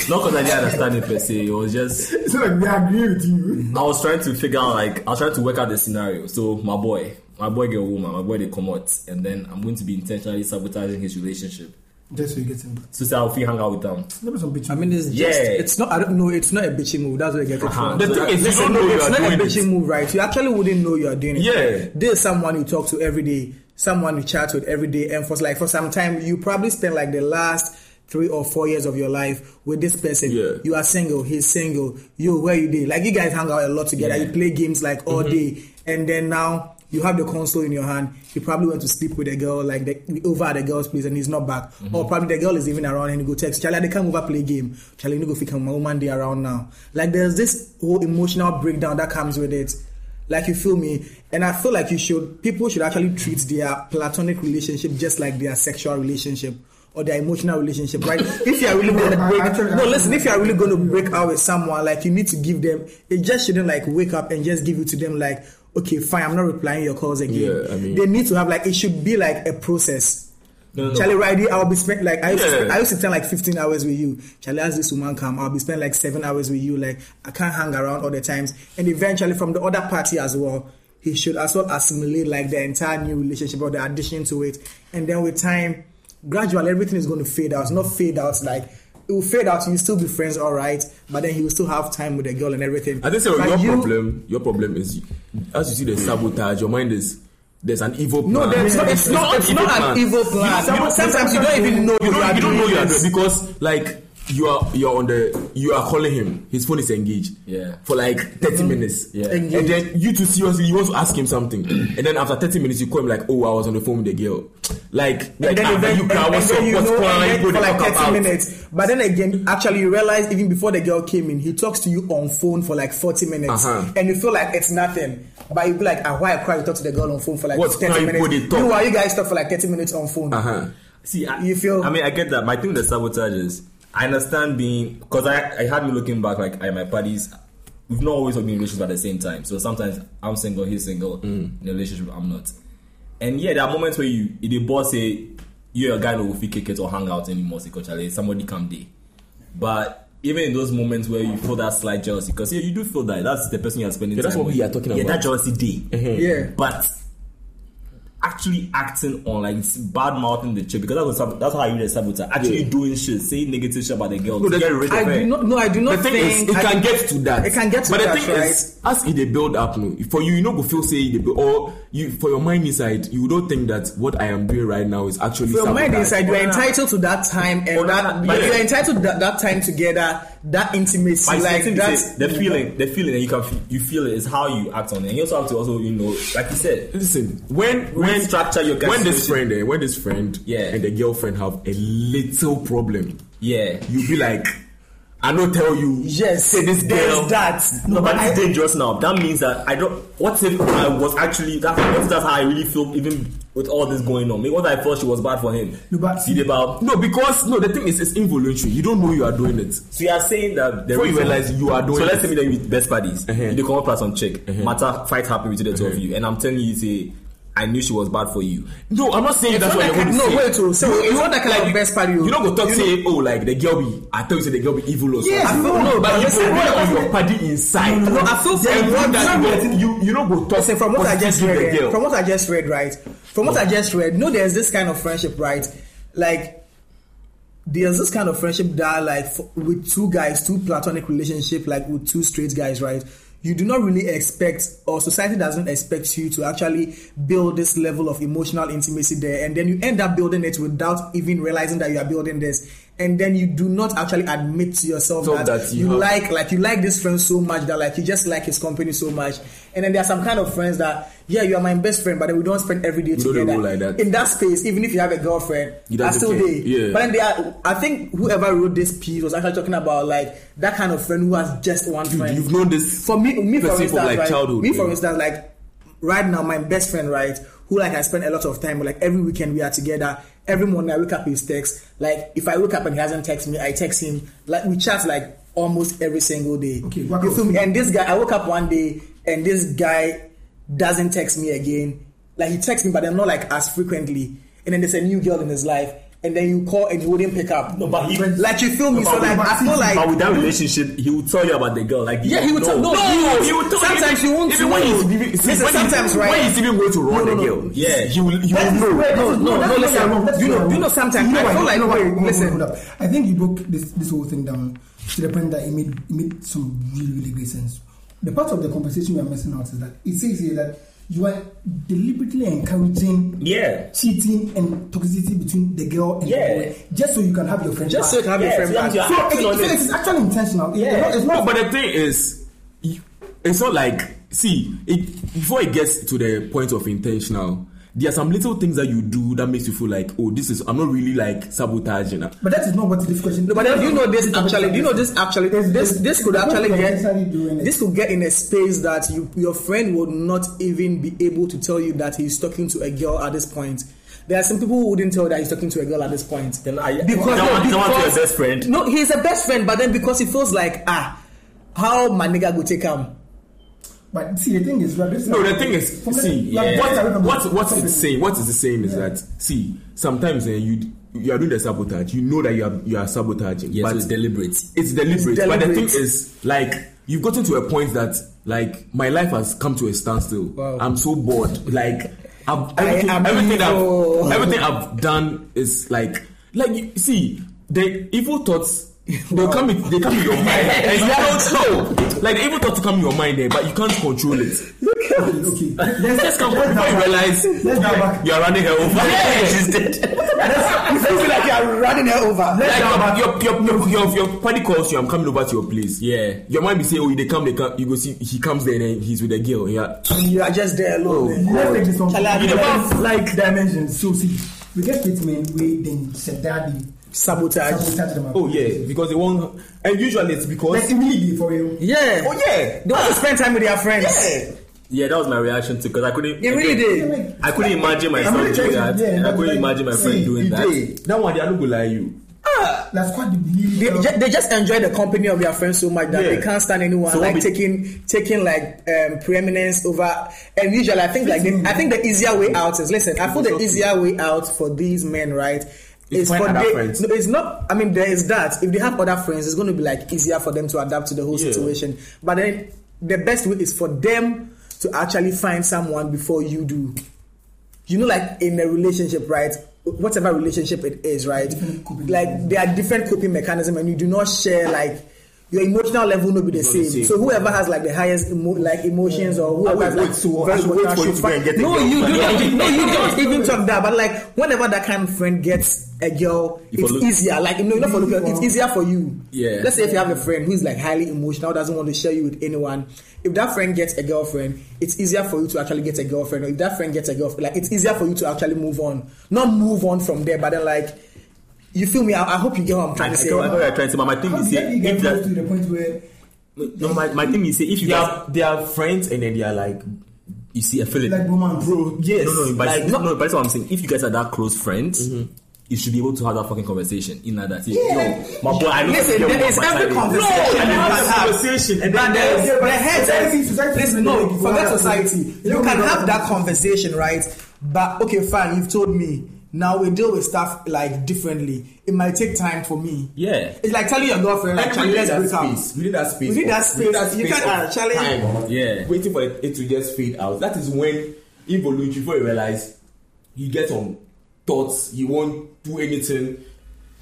[SPEAKER 3] Not because I didn't understand it per se. It was just
[SPEAKER 1] It's not like we agree with you.
[SPEAKER 3] I was trying to figure out like I was trying to work out the scenario. So my boy, my boy get a woman, my boy they come out, and then I'm going to be intentionally sabotaging his relationship.
[SPEAKER 1] Just so you get him.
[SPEAKER 3] So say I'll feel hang out with him.
[SPEAKER 1] Let me some bitch.
[SPEAKER 4] I mean, it's just,
[SPEAKER 3] Yeah.
[SPEAKER 4] it's not, I don't know, it's not a bitchy move. That's where I get it
[SPEAKER 3] Uh-huh.
[SPEAKER 4] from.
[SPEAKER 2] The thing is, you
[SPEAKER 4] Listen,
[SPEAKER 2] don't know you
[SPEAKER 4] it's
[SPEAKER 2] are
[SPEAKER 4] not a
[SPEAKER 2] doing
[SPEAKER 4] bitchy
[SPEAKER 2] it.
[SPEAKER 4] move, right? You actually wouldn't know you are doing it.
[SPEAKER 2] Yeah.
[SPEAKER 4] There's someone you talk to every day, someone you chat with every day, and for like for some time, you probably spend like the last three or four years of your life with this person.
[SPEAKER 2] Yeah.
[SPEAKER 4] You are single, he's single. You where you day? Like you guys hang out a lot together. You play games like
[SPEAKER 1] Mm-hmm.
[SPEAKER 4] all day, and then now. You have the console in your hand. You probably went to sleep with a girl, like the, over at the girl's place, and he's not back.
[SPEAKER 1] Mm-hmm.
[SPEAKER 4] Or probably the girl is even around, and you go text Charlie. They come over play game. Charlie, you go pick my woman day around now. Like there's this whole emotional breakdown that comes with it. Like you feel me? And I feel like you should people should actually treat their platonic relationship just like their sexual relationship or their emotional
[SPEAKER 1] [LAUGHS]
[SPEAKER 4] relationship, right? if you are really gonna
[SPEAKER 1] I-
[SPEAKER 4] break
[SPEAKER 1] I actually-
[SPEAKER 4] No, listen, if you are really gonna break out with someone, like you need to give them it just shouldn't like wake up and just give it to them like, okay, fine, I'm not replying your calls again.
[SPEAKER 2] Yeah, I mean-
[SPEAKER 4] they need to have like it should be like a process.
[SPEAKER 2] No, no.
[SPEAKER 4] Charlie Ridey, I'll be spent like I used, to
[SPEAKER 2] Yeah.
[SPEAKER 4] spend, I used to spend like 15 hours with you. Charlie, as this woman come, I'll be spending like seven hours with you. Like I can't hang around all the times. And eventually, from the other party as well, he should as well assimilate like the entire new relationship or the addition to it. And then with time, gradually everything is going to fade out. Not fade out like it will fade out. You still be friends, all right, but then he will still have time with the girl and everything.
[SPEAKER 2] I think so.
[SPEAKER 4] But
[SPEAKER 2] Your
[SPEAKER 4] you-
[SPEAKER 2] problem, your problem is, as you see the sabotage, your mind is there's an evil plan.
[SPEAKER 4] No, there's not, it's
[SPEAKER 2] There's
[SPEAKER 4] not. It's
[SPEAKER 2] an
[SPEAKER 4] not an evil plan. Sometimes you don't even know
[SPEAKER 2] You
[SPEAKER 4] you
[SPEAKER 2] don't,
[SPEAKER 4] are
[SPEAKER 2] you don't know
[SPEAKER 4] doing
[SPEAKER 2] you are
[SPEAKER 4] this.
[SPEAKER 2] doing because like you are you're on the you are calling him. His phone is engaged.
[SPEAKER 3] Yeah.
[SPEAKER 2] For like 30 minutes.
[SPEAKER 3] Yeah.
[SPEAKER 4] Mm-hmm. Engaged.
[SPEAKER 2] And then you too seriously you want to ask him something. [CLEARS THROAT] and then after 30 minutes you call him like, oh, I was on the phone with the girl. Like, like
[SPEAKER 4] and then
[SPEAKER 2] ah,
[SPEAKER 4] event,
[SPEAKER 2] you
[SPEAKER 4] and,
[SPEAKER 2] cry,
[SPEAKER 4] and
[SPEAKER 2] what's
[SPEAKER 4] then
[SPEAKER 2] up,
[SPEAKER 4] you
[SPEAKER 2] what's
[SPEAKER 4] know, and
[SPEAKER 2] fine,
[SPEAKER 4] then
[SPEAKER 2] go
[SPEAKER 4] for
[SPEAKER 2] the
[SPEAKER 4] like
[SPEAKER 2] fuck
[SPEAKER 4] 30
[SPEAKER 2] out.
[SPEAKER 4] minutes. But then again, actually, you realize even before the girl came in, he talks to you on phone for like 40 minutes,
[SPEAKER 2] Uh-huh.
[SPEAKER 4] and you feel like it's nothing. But you be like, ah, why I cry to talk to the girl on phone for like
[SPEAKER 2] What
[SPEAKER 4] 30
[SPEAKER 2] crime would they
[SPEAKER 4] minutes?
[SPEAKER 2] talk?
[SPEAKER 4] Meanwhile, you guys talk for like 30 minutes on phone.
[SPEAKER 2] Uh-huh.
[SPEAKER 3] See, I,
[SPEAKER 4] You feel-
[SPEAKER 3] I mean, I get that. My thing with the sabotage is, I understand being because I I had me looking back like I my buddies. We've not always been in relationships at the same time. So sometimes I'm single, he's single.
[SPEAKER 2] Mm.
[SPEAKER 3] In a relationship, I'm not. And yeah, there are moments where you the boss say you're a guy no will fit kick it or hang out anymore. See, coach, Ale, somebody come day. But even in those moments where you feel that slight jealousy, because yeah, you do feel that that's the person you're spending
[SPEAKER 2] Yeah,
[SPEAKER 3] time
[SPEAKER 2] that's what
[SPEAKER 3] with.
[SPEAKER 2] we are talking
[SPEAKER 3] Yeah,
[SPEAKER 2] about. Mm-hmm.
[SPEAKER 3] that jealousy day.
[SPEAKER 4] Yeah.
[SPEAKER 3] But actually acting on like bad mouthing the chick because that's, what, sab- that's how I read the saboteur. Actually doing shit, saying negative shit about the girl. to
[SPEAKER 2] that's-
[SPEAKER 3] get rid of
[SPEAKER 4] I
[SPEAKER 3] her.
[SPEAKER 4] do not. No, I do not
[SPEAKER 2] the thing
[SPEAKER 4] think
[SPEAKER 2] is, it
[SPEAKER 4] I-
[SPEAKER 2] can get to that.
[SPEAKER 4] It can get to
[SPEAKER 2] but
[SPEAKER 4] that,
[SPEAKER 2] the thing is, as it they build up, no, for you, you know, go feel say it dey build- or you for your mind inside, you don't think that what I am doing right now is actually
[SPEAKER 4] Your mind
[SPEAKER 2] sabotage.
[SPEAKER 4] inside, you are entitled to that time and that.
[SPEAKER 2] but
[SPEAKER 4] you
[SPEAKER 2] yeah.
[SPEAKER 4] are entitled to that, that time together, that intimacy,
[SPEAKER 3] But it's
[SPEAKER 4] like
[SPEAKER 3] something to
[SPEAKER 4] that.
[SPEAKER 3] say, the feeling, the feeling that you can f- you feel it is how you act on it. And you also have to also you know, like you said,
[SPEAKER 2] Listen, when when
[SPEAKER 3] structure your guys'
[SPEAKER 2] when this
[SPEAKER 3] situation.
[SPEAKER 2] friend, eh, when this friend,
[SPEAKER 3] Yeah.
[SPEAKER 2] and the girlfriend have a little problem,
[SPEAKER 3] yeah.
[SPEAKER 2] you be like, I don't tell you,
[SPEAKER 4] Yes,
[SPEAKER 2] say this
[SPEAKER 4] there's
[SPEAKER 2] girl,
[SPEAKER 4] that.
[SPEAKER 3] No, but
[SPEAKER 4] I-
[SPEAKER 3] it's dangerous now. That means that I don't. What if I was actually that? What if that's how I really feel, even with all this going on? Maybe what if I thought she was bad for him.
[SPEAKER 1] No, but-
[SPEAKER 3] See the about.
[SPEAKER 2] No, because no, the thing is, it's involuntary. You don't know you are doing it.
[SPEAKER 3] So you are saying that the
[SPEAKER 2] Before you
[SPEAKER 3] reason-
[SPEAKER 2] realize you are doing
[SPEAKER 3] So let's
[SPEAKER 2] it.
[SPEAKER 3] say me that with best buddies.
[SPEAKER 2] Uh-huh.
[SPEAKER 3] You dey come up plus some chick. Matter fight happen between the two of you, and I'm telling you, say I knew she was bad for you.
[SPEAKER 2] No, I'm not saying that's
[SPEAKER 4] not
[SPEAKER 2] what
[SPEAKER 4] that
[SPEAKER 2] you're going to
[SPEAKER 4] kind- no,
[SPEAKER 2] say.
[SPEAKER 4] wait, oh, so it's not that kind of best part you-
[SPEAKER 2] You don't go talk
[SPEAKER 4] you
[SPEAKER 2] say, oh, like the girl be. I tell you say the girl be evil or
[SPEAKER 4] Yes,
[SPEAKER 2] something.
[SPEAKER 4] no, no, but
[SPEAKER 2] but you
[SPEAKER 4] listen,
[SPEAKER 2] go
[SPEAKER 4] what-
[SPEAKER 2] there on your party inside.
[SPEAKER 4] No, no, no, I feel for
[SPEAKER 2] And
[SPEAKER 4] you.
[SPEAKER 2] you that
[SPEAKER 4] Listen,
[SPEAKER 2] you you don't go talk.
[SPEAKER 4] Listen, from what I just
[SPEAKER 2] positive to
[SPEAKER 4] read,
[SPEAKER 2] the
[SPEAKER 4] eh,
[SPEAKER 2] girl.
[SPEAKER 4] from what I just read, right? From what I just read, no, there's this kind of friendship, right? Like, there's this kind of friendship that, like, f- with two guys, two platonic relationship, like with two straight guys, right? You do not really expect, or society doesn't expect you to actually build this level of emotional intimacy there, and then you end up building it without even realizing that you are building this, and then you do not actually admit to yourself
[SPEAKER 2] So
[SPEAKER 4] that,
[SPEAKER 2] that you
[SPEAKER 4] you
[SPEAKER 2] have-
[SPEAKER 4] like like like you like this friend so much that like you just like his company so much. And then there are some kind of friends that yeah, you are my best friend, but then we don't spend every day
[SPEAKER 2] We don't
[SPEAKER 4] together.
[SPEAKER 2] roll like that.
[SPEAKER 4] In that space, even if you have a girlfriend,
[SPEAKER 2] You
[SPEAKER 4] are
[SPEAKER 2] don't
[SPEAKER 4] still
[SPEAKER 2] care.
[SPEAKER 4] there.
[SPEAKER 2] Yeah.
[SPEAKER 4] But then they are I think whoever wrote this piece was actually talking about like that kind of friend who has just one
[SPEAKER 2] Dude,
[SPEAKER 4] friend
[SPEAKER 2] you've known this
[SPEAKER 4] for me, me for
[SPEAKER 2] person
[SPEAKER 4] instance,
[SPEAKER 2] from like
[SPEAKER 4] right,
[SPEAKER 2] childhood.
[SPEAKER 4] me for
[SPEAKER 2] yeah.
[SPEAKER 4] instance, like right now, my best friend, right, who like I spend a lot of time with, like every weekend we are together. Every morning I wake up, he texts. Like if I wake up and he hasn't texted me, I text him. Like we chat like almost every single day.
[SPEAKER 1] Okay,
[SPEAKER 4] you
[SPEAKER 1] whack off.
[SPEAKER 4] feel me? And this guy, I woke up one day and this guy doesn't text me again. Like he texts me, but then not like as frequently. And then there's a new girl in his life. And then you call and he wouldn't pick up. No,
[SPEAKER 3] but he-
[SPEAKER 4] like you feel me. so like I feel like
[SPEAKER 3] but with that relationship, he will tell you about the girl. Like
[SPEAKER 4] yeah, he would
[SPEAKER 3] no.
[SPEAKER 4] tell. No,
[SPEAKER 2] No,
[SPEAKER 4] he would. sometimes you won't
[SPEAKER 2] even
[SPEAKER 4] know.
[SPEAKER 2] when he's even, see,
[SPEAKER 4] listen,
[SPEAKER 2] when
[SPEAKER 4] sometimes
[SPEAKER 2] he's,
[SPEAKER 4] right.
[SPEAKER 2] when he's even going to run
[SPEAKER 4] no,
[SPEAKER 2] the
[SPEAKER 4] no.
[SPEAKER 2] girl,
[SPEAKER 3] Yeah.
[SPEAKER 2] he will he will
[SPEAKER 4] That is
[SPEAKER 2] know.
[SPEAKER 4] where- no, no,
[SPEAKER 1] that's
[SPEAKER 4] no,
[SPEAKER 1] where
[SPEAKER 4] listen.
[SPEAKER 1] you're wrong. That's
[SPEAKER 4] You
[SPEAKER 1] where
[SPEAKER 4] know-
[SPEAKER 1] you're
[SPEAKER 4] you know,
[SPEAKER 1] wrong.
[SPEAKER 4] sometimes I
[SPEAKER 1] why-
[SPEAKER 4] feel like-
[SPEAKER 1] you know why-
[SPEAKER 4] wait,
[SPEAKER 1] hold on,
[SPEAKER 4] listen.
[SPEAKER 1] hold up. I think you broke this this whole thing down to the point that it made it made some really really great sense. The part of the conversation we are missing out is that it says here that you are deliberately encouraging
[SPEAKER 3] Yeah.
[SPEAKER 1] cheating and toxicity between the girl and
[SPEAKER 3] Yeah.
[SPEAKER 1] the boy just so you can have your friend
[SPEAKER 4] Just so you
[SPEAKER 1] back.
[SPEAKER 4] can have
[SPEAKER 3] Yeah,
[SPEAKER 4] your
[SPEAKER 3] so
[SPEAKER 4] friend
[SPEAKER 3] you
[SPEAKER 4] back.
[SPEAKER 3] have
[SPEAKER 1] so
[SPEAKER 3] Acting
[SPEAKER 1] it,
[SPEAKER 3] on
[SPEAKER 1] so
[SPEAKER 3] it.
[SPEAKER 1] it's actually intentional. Yeah. It's not, it's
[SPEAKER 2] No,
[SPEAKER 1] not
[SPEAKER 2] but the thing is, you- it's not like see it before it gets to the point of intentional. There are some little things that you do that makes you feel like, oh, this is I'm not really like sabotaging.
[SPEAKER 1] But that is not what this question.
[SPEAKER 4] No, but then you know this actually. You know this actually. This this could actually get this could get in a space that you your friend would not even be able to tell you that he's talking to a girl at this point. There are some people who wouldn't tell that he's talking to a girl at this point.
[SPEAKER 3] Then I-
[SPEAKER 4] because
[SPEAKER 3] That
[SPEAKER 4] no,
[SPEAKER 3] one- that one to your
[SPEAKER 4] because-
[SPEAKER 3] best friend.
[SPEAKER 4] No, he's a best friend, but then because he feels like ah, how my nigga go take him.
[SPEAKER 1] But see, the thing is, right, this
[SPEAKER 2] No, the thing is,
[SPEAKER 1] from the-
[SPEAKER 2] see,
[SPEAKER 1] you are brought away from
[SPEAKER 2] what
[SPEAKER 1] the
[SPEAKER 2] what
[SPEAKER 1] topic.
[SPEAKER 2] it's saying, what is the saying is that see, sometimes eh, you you are doing the sabotage. You know that you are you are sabotaging,
[SPEAKER 3] Yes,
[SPEAKER 2] but
[SPEAKER 3] so it's deliberate.
[SPEAKER 2] it's deliberate.
[SPEAKER 4] It's
[SPEAKER 2] But the thing
[SPEAKER 4] deliberate.
[SPEAKER 2] is, like, you've gotten to a point that, like, my life has come to a standstill.
[SPEAKER 5] Wow.
[SPEAKER 2] I'm so bored. Like, I've,
[SPEAKER 4] I
[SPEAKER 2] everything,
[SPEAKER 4] am
[SPEAKER 2] everything,
[SPEAKER 4] evil.
[SPEAKER 2] I've, everything I've done is like, like, you see, the evil thoughts. They'll come in, they come in your mind. And you don't know. Like, the evil thoughts come in your mind there, but you can't control it.
[SPEAKER 1] Okay, okay.
[SPEAKER 2] Let's just come before you realize
[SPEAKER 1] Let's go back.
[SPEAKER 2] you're running her over. Yeah. [LAUGHS] She's
[SPEAKER 3] [LAUGHS]
[SPEAKER 2] dead.
[SPEAKER 4] You feel like you are running her over.
[SPEAKER 2] Like your, your, your, your, your party calls you, I'm coming over to your place.
[SPEAKER 3] Yeah.
[SPEAKER 2] Your mind be saying, oh, they come, they come. You go see, he comes there and then he's with a girl. Yeah.
[SPEAKER 4] And you are just there
[SPEAKER 2] eh?
[SPEAKER 4] alone.
[SPEAKER 1] Let's take this one.
[SPEAKER 4] Shall I
[SPEAKER 1] You
[SPEAKER 4] be
[SPEAKER 1] know,
[SPEAKER 4] like-
[SPEAKER 1] like dimensions. So see, we get statement we then said daddy.
[SPEAKER 4] Sabotage.
[SPEAKER 1] sabotage them.
[SPEAKER 2] Oh, yeah, because they won't. And usually it's
[SPEAKER 1] Let's
[SPEAKER 2] because.
[SPEAKER 1] immediately be for you.
[SPEAKER 4] Yeah.
[SPEAKER 2] Oh, yeah.
[SPEAKER 4] They want to spend time with their friends.
[SPEAKER 3] Yeah, that was my reaction too, because I couldn't.
[SPEAKER 4] They really
[SPEAKER 1] Yeah,
[SPEAKER 4] did.
[SPEAKER 1] like,
[SPEAKER 3] I couldn't imagine myself
[SPEAKER 1] really
[SPEAKER 3] doing
[SPEAKER 1] trying
[SPEAKER 3] that.
[SPEAKER 1] to- yeah,
[SPEAKER 3] and I
[SPEAKER 1] that's
[SPEAKER 3] couldn't
[SPEAKER 1] like-
[SPEAKER 3] imagine my friend
[SPEAKER 1] see,
[SPEAKER 3] doing
[SPEAKER 2] You
[SPEAKER 3] that.
[SPEAKER 2] did. That one, they are not going to lie you.
[SPEAKER 1] That's quite the belief.
[SPEAKER 4] They,
[SPEAKER 1] uh,
[SPEAKER 4] ju- they just enjoy the company of their friends so much that they
[SPEAKER 2] Yeah.
[SPEAKER 4] can't stand anyone
[SPEAKER 2] So
[SPEAKER 4] like
[SPEAKER 2] what be-
[SPEAKER 4] taking taking like um, preeminence over. And usually, I think like the, I think the easier way out is listen. I feel the easier way out for these men, right? It's
[SPEAKER 2] find
[SPEAKER 4] for
[SPEAKER 2] other
[SPEAKER 4] they-
[SPEAKER 2] friends.
[SPEAKER 4] no, it's not. I mean, there is that. If they have other friends, it's going to be like easier for them to adapt to the whole
[SPEAKER 2] Yeah.
[SPEAKER 4] situation. But then the best way is for them to actually find someone before you do. You know, like in a relationship, right? Whatever relationship it is, right?
[SPEAKER 1] Different coping
[SPEAKER 4] Like
[SPEAKER 1] mechanism.
[SPEAKER 4] there are different coping mechanisms, and you do not share like your emotional level will not be the
[SPEAKER 2] not
[SPEAKER 4] same.
[SPEAKER 2] the same.
[SPEAKER 4] So whoever has like the highest emo- like emotions or whoever
[SPEAKER 2] wait,
[SPEAKER 4] has, like,
[SPEAKER 2] wait, so
[SPEAKER 4] very
[SPEAKER 2] I should wait
[SPEAKER 4] emotional
[SPEAKER 2] for you
[SPEAKER 4] should
[SPEAKER 2] to go
[SPEAKER 4] fi-
[SPEAKER 2] and get a
[SPEAKER 4] no,
[SPEAKER 2] girl
[SPEAKER 4] you
[SPEAKER 2] first.
[SPEAKER 4] do not, no,
[SPEAKER 3] [LAUGHS]
[SPEAKER 4] you don't even talk that. But like whenever that kind of friend gets a girl,
[SPEAKER 3] You
[SPEAKER 4] it's
[SPEAKER 3] follow-
[SPEAKER 4] easier. Like you know, not for look, it's easier for you.
[SPEAKER 3] Yeah.
[SPEAKER 4] Let's say if you have a friend who is like highly emotional, doesn't want to share you with anyone. If that friend gets a girlfriend, it's easier for you to actually get a girlfriend. Or if that friend gets a girlfriend, like it's easier for you to actually move on. Not move on from there, but then like. You feel me? I, I hope you get what I'm
[SPEAKER 3] I, I,
[SPEAKER 4] trying to say.
[SPEAKER 3] know, I know what you're trying to say, but my thing
[SPEAKER 1] How
[SPEAKER 3] is,
[SPEAKER 1] did
[SPEAKER 3] say,
[SPEAKER 1] daddy
[SPEAKER 3] if
[SPEAKER 1] get close
[SPEAKER 3] that,
[SPEAKER 1] to the point where
[SPEAKER 3] no, my, my thing is, say, if you
[SPEAKER 2] They
[SPEAKER 3] guys,
[SPEAKER 2] are, they are friends and then they are like,
[SPEAKER 3] you see, I feel it.
[SPEAKER 1] like romance?
[SPEAKER 2] bro, yes.
[SPEAKER 3] no, no, but Mm-hmm.
[SPEAKER 2] like,
[SPEAKER 3] no, no, but that's what I'm saying. If you guys are that close friends, you should be able to have that fucking conversation in that. that
[SPEAKER 1] Yeah,
[SPEAKER 3] yo,
[SPEAKER 1] like-
[SPEAKER 3] my boy, I know
[SPEAKER 4] Listen,
[SPEAKER 3] that
[SPEAKER 4] there
[SPEAKER 3] you're
[SPEAKER 4] is
[SPEAKER 3] my
[SPEAKER 4] every
[SPEAKER 3] time.
[SPEAKER 4] conversation.
[SPEAKER 2] No, and
[SPEAKER 4] you
[SPEAKER 2] then
[SPEAKER 4] can
[SPEAKER 2] have
[SPEAKER 4] have.
[SPEAKER 2] conversation, and
[SPEAKER 4] But
[SPEAKER 2] then
[SPEAKER 4] there is-
[SPEAKER 1] Yeah, but
[SPEAKER 4] the heads-
[SPEAKER 1] society- society doesn't
[SPEAKER 4] listen, no,
[SPEAKER 1] make it
[SPEAKER 4] forget
[SPEAKER 1] work.
[SPEAKER 4] society.
[SPEAKER 1] It
[SPEAKER 4] You
[SPEAKER 1] don't
[SPEAKER 4] can
[SPEAKER 1] make
[SPEAKER 4] have
[SPEAKER 1] it
[SPEAKER 4] that
[SPEAKER 1] work.
[SPEAKER 4] conversation, right? But okay, fine, you've told me. Now we deal with stuff like differently. It might take time for me.
[SPEAKER 3] Yeah.
[SPEAKER 4] It's like telling your girlfriend, like,
[SPEAKER 2] Actually, we
[SPEAKER 4] Charlie,
[SPEAKER 2] need
[SPEAKER 4] let's
[SPEAKER 2] that
[SPEAKER 4] break up.
[SPEAKER 2] space. We need that space.
[SPEAKER 4] We need that
[SPEAKER 2] of-
[SPEAKER 4] space. You
[SPEAKER 2] space
[SPEAKER 4] can't,
[SPEAKER 2] of
[SPEAKER 4] uh, challenge-
[SPEAKER 2] time.
[SPEAKER 3] Yeah.
[SPEAKER 2] Waiting for it, it to just fade out. That is when involuntary, before you realize, you get on thoughts. You won't do anything.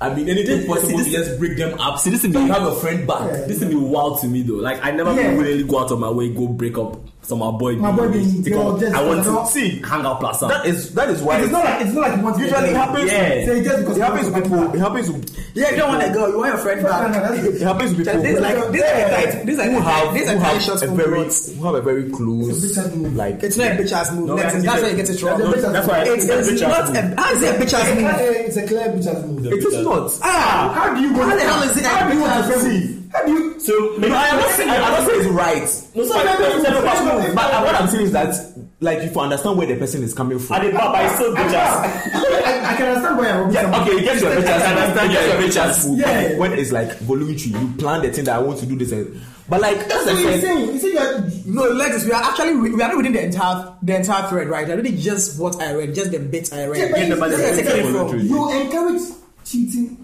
[SPEAKER 2] I mean, anything
[SPEAKER 3] See,
[SPEAKER 2] possible
[SPEAKER 3] this-
[SPEAKER 2] to just break them up.
[SPEAKER 3] See, this is
[SPEAKER 2] you
[SPEAKER 3] me.
[SPEAKER 2] have a friend back.
[SPEAKER 1] Yeah.
[SPEAKER 3] This would be wild to me though. Like I never
[SPEAKER 1] Yeah.
[SPEAKER 3] willingly go out of my way go break up some my boy.
[SPEAKER 1] My boy being-
[SPEAKER 3] because
[SPEAKER 1] yeah, just-
[SPEAKER 3] I want
[SPEAKER 1] no.
[SPEAKER 3] to see hang out plaza.
[SPEAKER 2] That is that is why
[SPEAKER 1] It's not like it's not like you want to
[SPEAKER 2] usually
[SPEAKER 1] get
[SPEAKER 2] it
[SPEAKER 1] married.
[SPEAKER 2] happens.
[SPEAKER 3] Yeah.
[SPEAKER 1] So it just because
[SPEAKER 2] It happens to people. It happens to
[SPEAKER 4] Yeah, you don't want a girl. You want your friend
[SPEAKER 1] No, no,
[SPEAKER 4] back.
[SPEAKER 1] no, that's
[SPEAKER 2] It happens to people
[SPEAKER 4] This is like this are the type. These are
[SPEAKER 2] who
[SPEAKER 4] the
[SPEAKER 2] have
[SPEAKER 4] type. These are
[SPEAKER 2] who
[SPEAKER 4] the
[SPEAKER 2] have
[SPEAKER 4] shots
[SPEAKER 2] a
[SPEAKER 4] from
[SPEAKER 2] very
[SPEAKER 4] God.
[SPEAKER 2] who have a very close
[SPEAKER 1] It's a bitch ass move.
[SPEAKER 2] like.
[SPEAKER 4] It's not a bitch ass move.
[SPEAKER 2] No,
[SPEAKER 4] Next
[SPEAKER 2] I
[SPEAKER 4] is-
[SPEAKER 2] think
[SPEAKER 4] that's
[SPEAKER 2] it-
[SPEAKER 4] where you get it wrong.
[SPEAKER 1] It's a bitch ass
[SPEAKER 2] That's why
[SPEAKER 4] It's,
[SPEAKER 2] a
[SPEAKER 4] it's
[SPEAKER 2] bitch ass
[SPEAKER 4] not
[SPEAKER 2] move.
[SPEAKER 4] a. How is it a bitch ass move?
[SPEAKER 1] It's a clear bitch ass move.
[SPEAKER 2] It is not.
[SPEAKER 4] Ah,
[SPEAKER 1] How do you go?
[SPEAKER 4] How the hell is it a
[SPEAKER 1] How do you
[SPEAKER 4] bitch
[SPEAKER 1] want to
[SPEAKER 4] ass
[SPEAKER 1] friend? How do you?
[SPEAKER 2] So no, I am not saying I am not saying it's right. No,
[SPEAKER 1] no, no, no, no, no, no, no.
[SPEAKER 2] But uh, what I'm saying is that like if you understand where the person is coming from.
[SPEAKER 7] the bar, but it's still bitch ass.
[SPEAKER 1] I, I can understand why I'm
[SPEAKER 2] Yeah, okay, you get your bitch ass.
[SPEAKER 3] I understand
[SPEAKER 2] you get
[SPEAKER 3] your
[SPEAKER 2] your bitch ass food.
[SPEAKER 1] Yeah.
[SPEAKER 2] but When it's like voluntary, you plan the thing that I want to do this. And, but like
[SPEAKER 1] That's what you're saying. You say you're.
[SPEAKER 4] No, Lexus, we are actually re- we are not reading the entire the entire thread, right? I reading just what I read, just the bit I read.
[SPEAKER 1] Yeah, but
[SPEAKER 4] Get
[SPEAKER 1] you-
[SPEAKER 4] the-
[SPEAKER 1] yeah,
[SPEAKER 4] take it from.
[SPEAKER 1] You encourage cheating.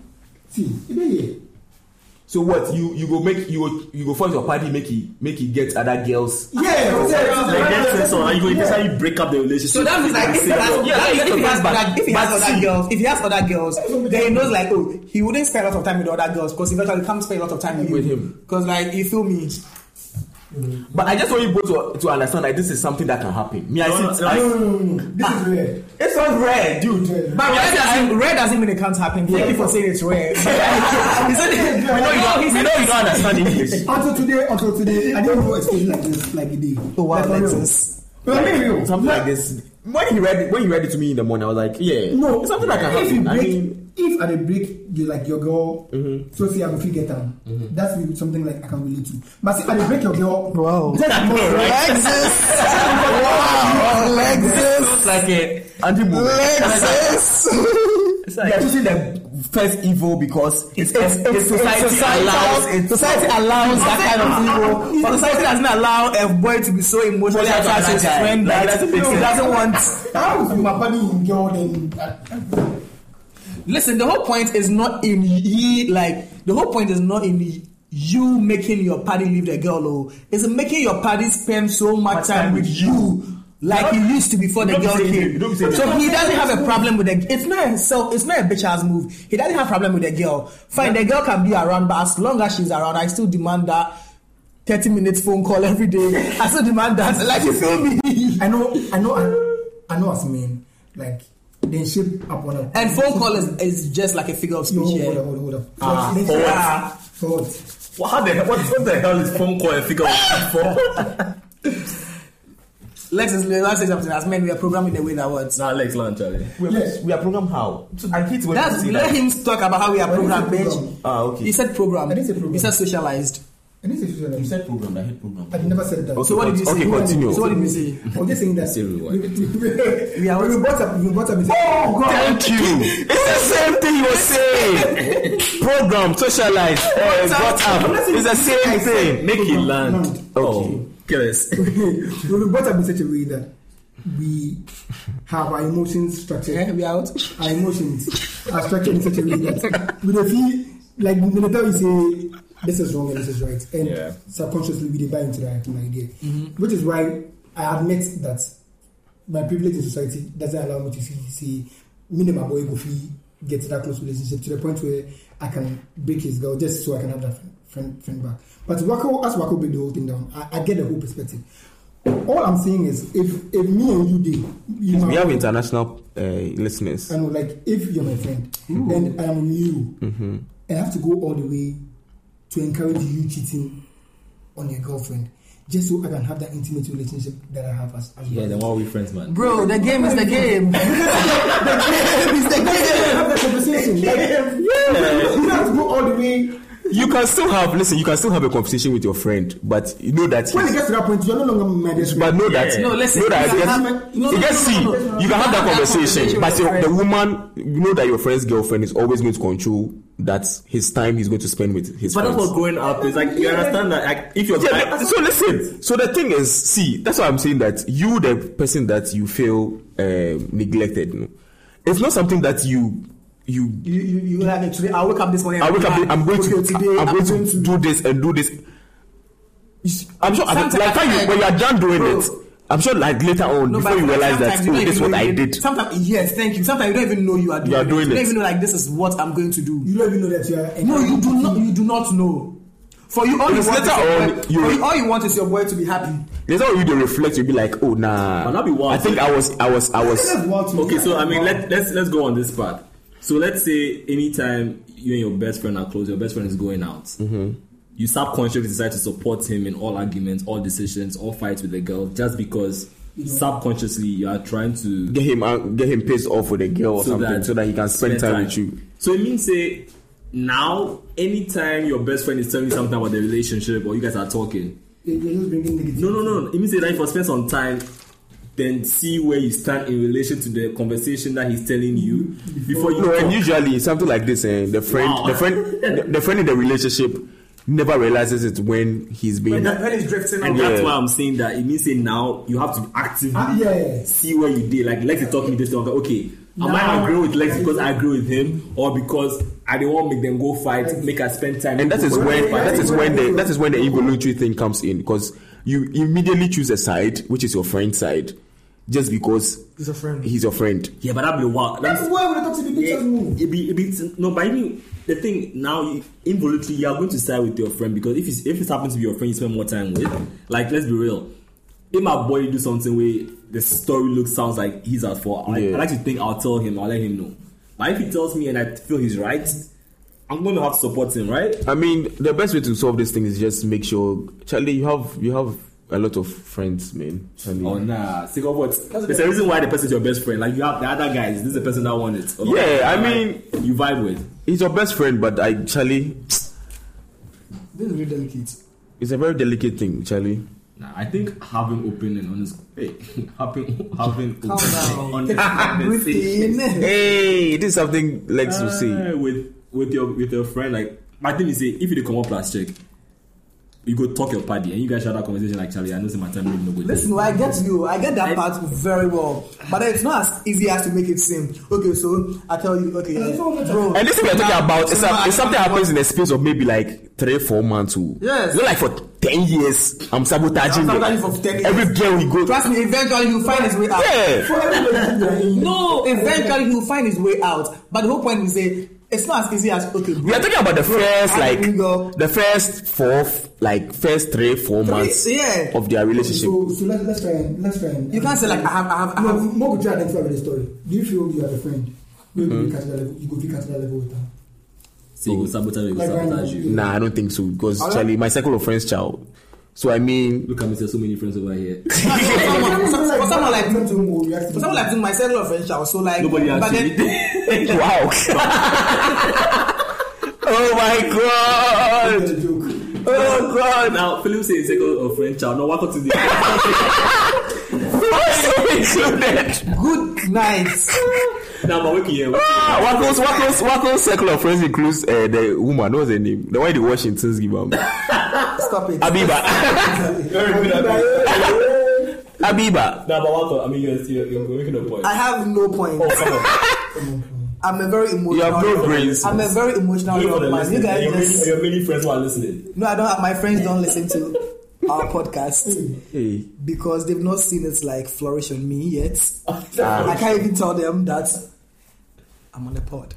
[SPEAKER 1] See, it ain't here.
[SPEAKER 2] So what you you go make you go, you go find your party make he make he get other girls.
[SPEAKER 4] Ah,
[SPEAKER 1] Yeah, yeah, yeah.
[SPEAKER 3] Like, that's what I'm saying. And you go- that's how you break up the relationship.
[SPEAKER 4] So that means like if he has,
[SPEAKER 2] Yeah,
[SPEAKER 4] that means
[SPEAKER 2] that's
[SPEAKER 4] if he
[SPEAKER 2] the
[SPEAKER 4] has
[SPEAKER 2] bad
[SPEAKER 4] other, if he
[SPEAKER 2] bad
[SPEAKER 4] has other
[SPEAKER 2] seed.
[SPEAKER 4] girls, if he has other girls, then he knows like oh he wouldn't spend a lot of time with other girls because eventually he can't spend a lot of time with,
[SPEAKER 2] With
[SPEAKER 4] you.
[SPEAKER 2] him.
[SPEAKER 4] Because like you feel me,
[SPEAKER 2] But I just want you both to, to understand that this is something that can happen. Me, I
[SPEAKER 3] No,
[SPEAKER 2] see.
[SPEAKER 3] no,
[SPEAKER 2] I-
[SPEAKER 3] no,
[SPEAKER 1] This
[SPEAKER 2] Ah.
[SPEAKER 1] is rare.
[SPEAKER 2] it's not rare, dude.
[SPEAKER 4] but rare doesn't rare doesn't mean it can't happen. Thank you for saying it's
[SPEAKER 2] [LAUGHS]
[SPEAKER 4] rare. [LAUGHS] he said it.
[SPEAKER 1] We know you don't-
[SPEAKER 4] he said
[SPEAKER 2] No, you don't understand English.
[SPEAKER 1] Until today, until today, I didn't know expression like this, like it did.
[SPEAKER 4] Oh, wow,
[SPEAKER 1] like, for real.
[SPEAKER 4] Lexus.
[SPEAKER 1] No, I mean, real.
[SPEAKER 2] Something like this. When he read it, when he read it to me in the morning, I was like, yeah,
[SPEAKER 1] No,
[SPEAKER 2] it's something that can
[SPEAKER 1] if you
[SPEAKER 2] happen. I
[SPEAKER 1] break,
[SPEAKER 2] mean,
[SPEAKER 1] if at a break you like your girl,
[SPEAKER 2] Mm-hmm.
[SPEAKER 1] so say I'm free get down. That's really something like I can relate to. But see, at a break your girl,
[SPEAKER 4] Wow.
[SPEAKER 1] just because-
[SPEAKER 4] Lexus, wow,
[SPEAKER 2] like a anti movement.
[SPEAKER 4] Lexus.
[SPEAKER 2] They are choosing the first evil because it's, it's, it's society, allows it.
[SPEAKER 4] Society allows that kind of evil, but society doesn't allow a boy to be so
[SPEAKER 2] Emotionally
[SPEAKER 4] emotionally attached to his
[SPEAKER 2] attached,
[SPEAKER 4] friend
[SPEAKER 2] like,
[SPEAKER 4] that
[SPEAKER 2] that's a
[SPEAKER 4] he
[SPEAKER 2] big sense.
[SPEAKER 4] doesn't want.
[SPEAKER 1] How is my body in girl then?
[SPEAKER 4] Listen, the whole point is not in ye like the whole point is not in you making your party leave the girl. Oh, it's making your party spend so much time with you. Like he used to before the
[SPEAKER 2] don't
[SPEAKER 4] girl
[SPEAKER 2] say that.
[SPEAKER 4] came,
[SPEAKER 2] Don't say
[SPEAKER 4] so
[SPEAKER 2] that.
[SPEAKER 4] he doesn't have a problem with the. It's not a self. It's not a bitch ass move. He doesn't have problem with the girl. Fine, the girl can be around, but as long as she's around, I still demand that thirty minutes phone call every day. [LAUGHS] I still demand that. Like you feel me?
[SPEAKER 1] I know, I know, I know as men, like, they shape up on a.
[SPEAKER 4] And phone call is, is just like a figure of
[SPEAKER 1] Yo,
[SPEAKER 4] speech.
[SPEAKER 1] hold
[SPEAKER 4] Yeah.
[SPEAKER 1] up, hold up, hold up.
[SPEAKER 2] Ah,
[SPEAKER 1] Then
[SPEAKER 2] for
[SPEAKER 1] shape-
[SPEAKER 2] what?
[SPEAKER 1] For what?
[SPEAKER 3] What, how the, hell- what, what the hell is phone call and figure out for?
[SPEAKER 4] Lex is let's say something. As men, we are programming the way that works.
[SPEAKER 3] Nah, Lex Land, Charlie.
[SPEAKER 2] We are,
[SPEAKER 1] Yes.
[SPEAKER 2] we are programmed how? I hate when you
[SPEAKER 4] That's
[SPEAKER 2] see
[SPEAKER 4] let
[SPEAKER 2] that.
[SPEAKER 4] him talk about how we are
[SPEAKER 1] What is
[SPEAKER 4] programmed,
[SPEAKER 1] a
[SPEAKER 4] bitch.
[SPEAKER 1] program?
[SPEAKER 2] Ah, okay.
[SPEAKER 4] He said program.
[SPEAKER 1] I didn't say program.
[SPEAKER 4] He said socialized.
[SPEAKER 1] And this is
[SPEAKER 2] You said programmed. I hate programmed.
[SPEAKER 1] I never said that.
[SPEAKER 2] Okay,
[SPEAKER 4] So what did you say?
[SPEAKER 2] okay, continue.
[SPEAKER 4] So what did you say?
[SPEAKER 1] I'm just saying that.
[SPEAKER 3] Say we were.
[SPEAKER 1] We- [LAUGHS] we-
[SPEAKER 2] [LAUGHS]
[SPEAKER 4] We are
[SPEAKER 1] we brought up, we brought up. Oh
[SPEAKER 2] Thank you. [LAUGHS] It's the same thing you were saying. [LAUGHS] Program, socialize, uh, brought up. It's the same thing.
[SPEAKER 3] Make it land.
[SPEAKER 1] land.
[SPEAKER 3] Oh, kill us.
[SPEAKER 1] [LAUGHS] we were brought up in such a way that we have our emotions structured.
[SPEAKER 4] Yeah, Eh, we are out.
[SPEAKER 1] Our emotions are structured in such a way that we don't feel like when the time we say this is wrong and this is right, and
[SPEAKER 3] Yeah.
[SPEAKER 1] subconsciously we didn't buy into that idea, which is why I admit that my privilege in society doesn't allow me to feel, see me and my boy go feel get to that close relationship to the point where I can break his girl just so I can have that friend friend, friend back. But Wako, as Wako break the whole thing down, I, I get the whole perspective. All I'm saying is, if if me and you did, you
[SPEAKER 2] We
[SPEAKER 1] know,
[SPEAKER 2] have international uh, listeners.
[SPEAKER 1] I know, like if you're my friend
[SPEAKER 3] Hmm.
[SPEAKER 1] and I am you,
[SPEAKER 3] Mm-hmm.
[SPEAKER 1] and I have to go all the way to encourage you cheating on your girlfriend just so I can have that intimate relationship that I have as, as
[SPEAKER 3] Yeah, then why are we friends, man?
[SPEAKER 4] Bro, the game is the game. [LAUGHS] the game is [LAUGHS] the game.
[SPEAKER 1] have that
[SPEAKER 3] [LAUGHS]
[SPEAKER 1] conversation. Like, You don't have to go all the way.
[SPEAKER 2] You can still have listen. You can still have a conversation with your friend, but you know that.
[SPEAKER 1] When it
[SPEAKER 2] he's-
[SPEAKER 1] gets to that point, you're no longer my best friend.
[SPEAKER 2] But know that.
[SPEAKER 4] No, listen,
[SPEAKER 2] Know that
[SPEAKER 4] you
[SPEAKER 2] it
[SPEAKER 4] can
[SPEAKER 2] gets-
[SPEAKER 4] have- no,
[SPEAKER 2] it gets
[SPEAKER 4] no, no, no,
[SPEAKER 2] see,
[SPEAKER 4] no, no.
[SPEAKER 2] You can have that conversation,
[SPEAKER 4] conversation
[SPEAKER 2] but
[SPEAKER 4] with your
[SPEAKER 2] your- the
[SPEAKER 4] friend.
[SPEAKER 2] woman, you know that your friend's girlfriend is always going to control that his time he's going to spend with his
[SPEAKER 3] But that's
[SPEAKER 2] friends.
[SPEAKER 3] what growing up is like. You understand that? Like, if you're
[SPEAKER 2] Yeah, but- so listen. So the thing is, see, that's why I'm saying that you, the person that you feel um neglected, no, it's not something that you you.
[SPEAKER 4] You, you, you like it today. I wake up this morning.
[SPEAKER 2] I wake up. I'm going to.
[SPEAKER 4] okay, today.
[SPEAKER 2] I'm going to do this and do this. It's- I'm sure.
[SPEAKER 4] Sometimes
[SPEAKER 2] like when you, when you are done doing
[SPEAKER 4] Bro.
[SPEAKER 2] it, I'm sure. Like later on,
[SPEAKER 4] No,
[SPEAKER 2] before
[SPEAKER 4] but
[SPEAKER 2] you realize that,
[SPEAKER 4] sometimes you
[SPEAKER 2] oh,
[SPEAKER 4] don't
[SPEAKER 2] this is
[SPEAKER 4] even
[SPEAKER 2] what
[SPEAKER 4] know
[SPEAKER 2] I
[SPEAKER 4] you-
[SPEAKER 2] did.
[SPEAKER 4] Sometimes, yes, thank you. Sometimes you don't even know you are doing.
[SPEAKER 2] are doing
[SPEAKER 4] You
[SPEAKER 2] it.
[SPEAKER 4] don't even know like this is what I'm going to do.
[SPEAKER 1] you don't even know that you are.
[SPEAKER 4] No, you do not. You do not know. For you, all you
[SPEAKER 2] Because
[SPEAKER 4] want is
[SPEAKER 2] later
[SPEAKER 4] your
[SPEAKER 2] on,
[SPEAKER 4] boy,
[SPEAKER 2] you-
[SPEAKER 4] for you, all you want is your boy to be happy.
[SPEAKER 2] There's how you do reflect. You'll be like, oh nah.
[SPEAKER 3] But that'd be wild,
[SPEAKER 2] I think I was. I was. I was.
[SPEAKER 3] Okay, so I mean, let, let's let's go on this part. So let's say anytime you and your best friend are close, your best friend is going out.
[SPEAKER 2] Mm-hmm.
[SPEAKER 3] You subconsciously decide to support him in all arguments, all decisions, all fights with the girl, just because subconsciously you are trying to
[SPEAKER 2] Get him out, get him pissed off with a girl or something so that he can spend time with you.
[SPEAKER 3] So it means say now, anytime your best friend is telling you something about the relationship or you guys are talking,
[SPEAKER 1] You're just bringing negativity.
[SPEAKER 3] no, no, no. It means that if you spend some time, then see where you stand in relation to the conversation that he's telling you before you.
[SPEAKER 2] No,
[SPEAKER 3] talk.
[SPEAKER 2] and usually something like this, eh, the friend,
[SPEAKER 3] Wow.
[SPEAKER 2] the friend, the, the friend in the relationship never realizes it when he's being.
[SPEAKER 4] When it's drifting
[SPEAKER 3] And
[SPEAKER 4] off.
[SPEAKER 3] that's
[SPEAKER 2] Yeah.
[SPEAKER 3] why I'm saying that it means say now you have to actively
[SPEAKER 1] Ah, yeah.
[SPEAKER 3] see where you did. Like Lexi taught me this thing. I'm like, okay, am I agree with Lex because I agree with him or because I didn't want to make them go fight, make us spend time.
[SPEAKER 2] and that is when
[SPEAKER 1] yeah,
[SPEAKER 2] that is
[SPEAKER 1] yeah,
[SPEAKER 2] when
[SPEAKER 1] yeah.
[SPEAKER 2] the that is when the evolutionary thing comes in because you immediately choose a side which is your friend's side, just because
[SPEAKER 4] He's a friend.
[SPEAKER 2] he's your friend.
[SPEAKER 3] yeah, but that'd be wild.
[SPEAKER 1] That's
[SPEAKER 3] That's
[SPEAKER 1] why when I talk to the
[SPEAKER 3] yeah,
[SPEAKER 1] pictures move.
[SPEAKER 3] it be, it be, no, but I mean, the thing now, you, involuntarily, you are going to side with your friend because if it's, if it happens to be your friend you spend more time with, like, let's be real. If my boy do something where the story looks sounds like he's at fault, I,
[SPEAKER 2] Yeah.
[SPEAKER 3] I like to think I'll tell him, I'll let him know. But if he tells me and I feel he's right, I'm going to have to support him, right?
[SPEAKER 2] I mean, the best way to solve this thing is just make sure, Charlie, you have you have a lot of friends, man. Charlie.
[SPEAKER 3] Oh nah, sick of what? There's a reason why the person is your best friend. Like you have the other guys. This is the person that won it.
[SPEAKER 2] Yeah, I mean-
[SPEAKER 3] you vibe with.
[SPEAKER 2] He's your best friend, but I Charlie,
[SPEAKER 4] This is really delicate.
[SPEAKER 2] it's a very delicate thing, Charlie.
[SPEAKER 3] Nah, I think having open and honest, hey, [LAUGHS] having having open
[SPEAKER 8] down.
[SPEAKER 3] and honest conversation
[SPEAKER 6] Hey, this is something Lex will say.
[SPEAKER 3] Eh, with with your with your friend. Like my thing is, say if you dey come up last check, you go talk your party and you guys have that conversation. Like Charlie, I know say my time really no go. dey."
[SPEAKER 4] Listen, I get you. I get that
[SPEAKER 3] I-
[SPEAKER 4] part very well, but it's not as easy as to make it seem. Okay, so I tell you, okay, bro.
[SPEAKER 6] And this thing we're talking about is some- is something happens in the space of maybe like three, four months. oh.
[SPEAKER 4] Yes.
[SPEAKER 6] Not like for ten years. I'm sabotaging.
[SPEAKER 4] I'm
[SPEAKER 6] it.
[SPEAKER 4] sabotaging for 10 years.
[SPEAKER 6] Every girl we go.
[SPEAKER 4] Trust me, eventually he'll find his way out.
[SPEAKER 6] Yeah.
[SPEAKER 3] [LAUGHS]
[SPEAKER 4] No, eventually he'll find his way out. But the whole point is, say it's not as easy as okay, bro.
[SPEAKER 6] We are talking about the first
[SPEAKER 4] I
[SPEAKER 6] like
[SPEAKER 4] think, uh,
[SPEAKER 6] the first four f- like first three four months
[SPEAKER 4] yeah.
[SPEAKER 6] of their relationship.
[SPEAKER 1] So, so let's, let's try and let's try and.
[SPEAKER 4] You can't say like I have, I have, I
[SPEAKER 1] No,
[SPEAKER 4] have.
[SPEAKER 1] more could try to identify with the story. Do you feel you have a friend? Maybe you catch that level. You go feel catch that level with her.
[SPEAKER 3] So you go sabotage, you go
[SPEAKER 1] Like right
[SPEAKER 3] sabotage
[SPEAKER 1] now.
[SPEAKER 3] you.
[SPEAKER 6] Nah, I don't think so because Charlie, my circle of friends, child. So I mean,
[SPEAKER 3] Look at me, there's so many friends over here.
[SPEAKER 4] For
[SPEAKER 1] [LAUGHS]
[SPEAKER 4] someone, for some- for someone like
[SPEAKER 1] Come to him or react to
[SPEAKER 4] for someone like my circle of friends, I was so like.
[SPEAKER 3] Nobody
[SPEAKER 4] but
[SPEAKER 3] asked
[SPEAKER 4] then-
[SPEAKER 6] wow. [LAUGHS] oh my god.
[SPEAKER 1] It's a joke.
[SPEAKER 6] Oh god.
[SPEAKER 3] now, Philip says circle of friend child. No, what to the
[SPEAKER 6] Why so included?
[SPEAKER 4] [LAUGHS] Good night.
[SPEAKER 3] Now, but wake
[SPEAKER 6] [LAUGHS]
[SPEAKER 3] here.
[SPEAKER 6] Ah, Wackles, Wackles, Wackles circle of friends includes uh, the woman. What's her name? The one the Washington's give up.
[SPEAKER 4] Stop it.
[SPEAKER 6] Abiba. [LAUGHS]
[SPEAKER 3] Very good. Now,
[SPEAKER 6] Abiba.
[SPEAKER 3] but what? I mean, you're still you're making a point.
[SPEAKER 4] I have no point. [LAUGHS] I'm a very emotional.
[SPEAKER 6] Oh, You have no brains.
[SPEAKER 4] I'm a very emotional
[SPEAKER 3] Wait for the
[SPEAKER 4] young man. You
[SPEAKER 3] listening.
[SPEAKER 4] guys
[SPEAKER 3] Your many-
[SPEAKER 4] just
[SPEAKER 3] your many friends who are listening.
[SPEAKER 4] no. I don't. Have, my friends don't listen to our podcast
[SPEAKER 6] Hey.
[SPEAKER 4] because they've not seen it like flourish on me yet.
[SPEAKER 6] Ah.
[SPEAKER 4] I can't even tell them that I'm on the pod.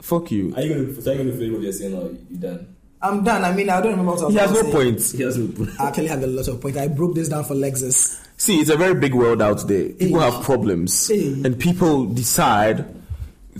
[SPEAKER 6] Fuck you.
[SPEAKER 3] Are you going to? Are you going to feel what you're saying, or you done?
[SPEAKER 4] I'm done. I mean, I don't remember what I was
[SPEAKER 6] He has
[SPEAKER 4] gonna
[SPEAKER 6] no
[SPEAKER 4] say.
[SPEAKER 6] points.
[SPEAKER 3] Yes, we-
[SPEAKER 4] I actually have a lot of points. I broke this down for Lexus.
[SPEAKER 6] See, it's a very big world out there. People
[SPEAKER 4] Hey.
[SPEAKER 6] have problems,
[SPEAKER 4] Hey.
[SPEAKER 6] and people decide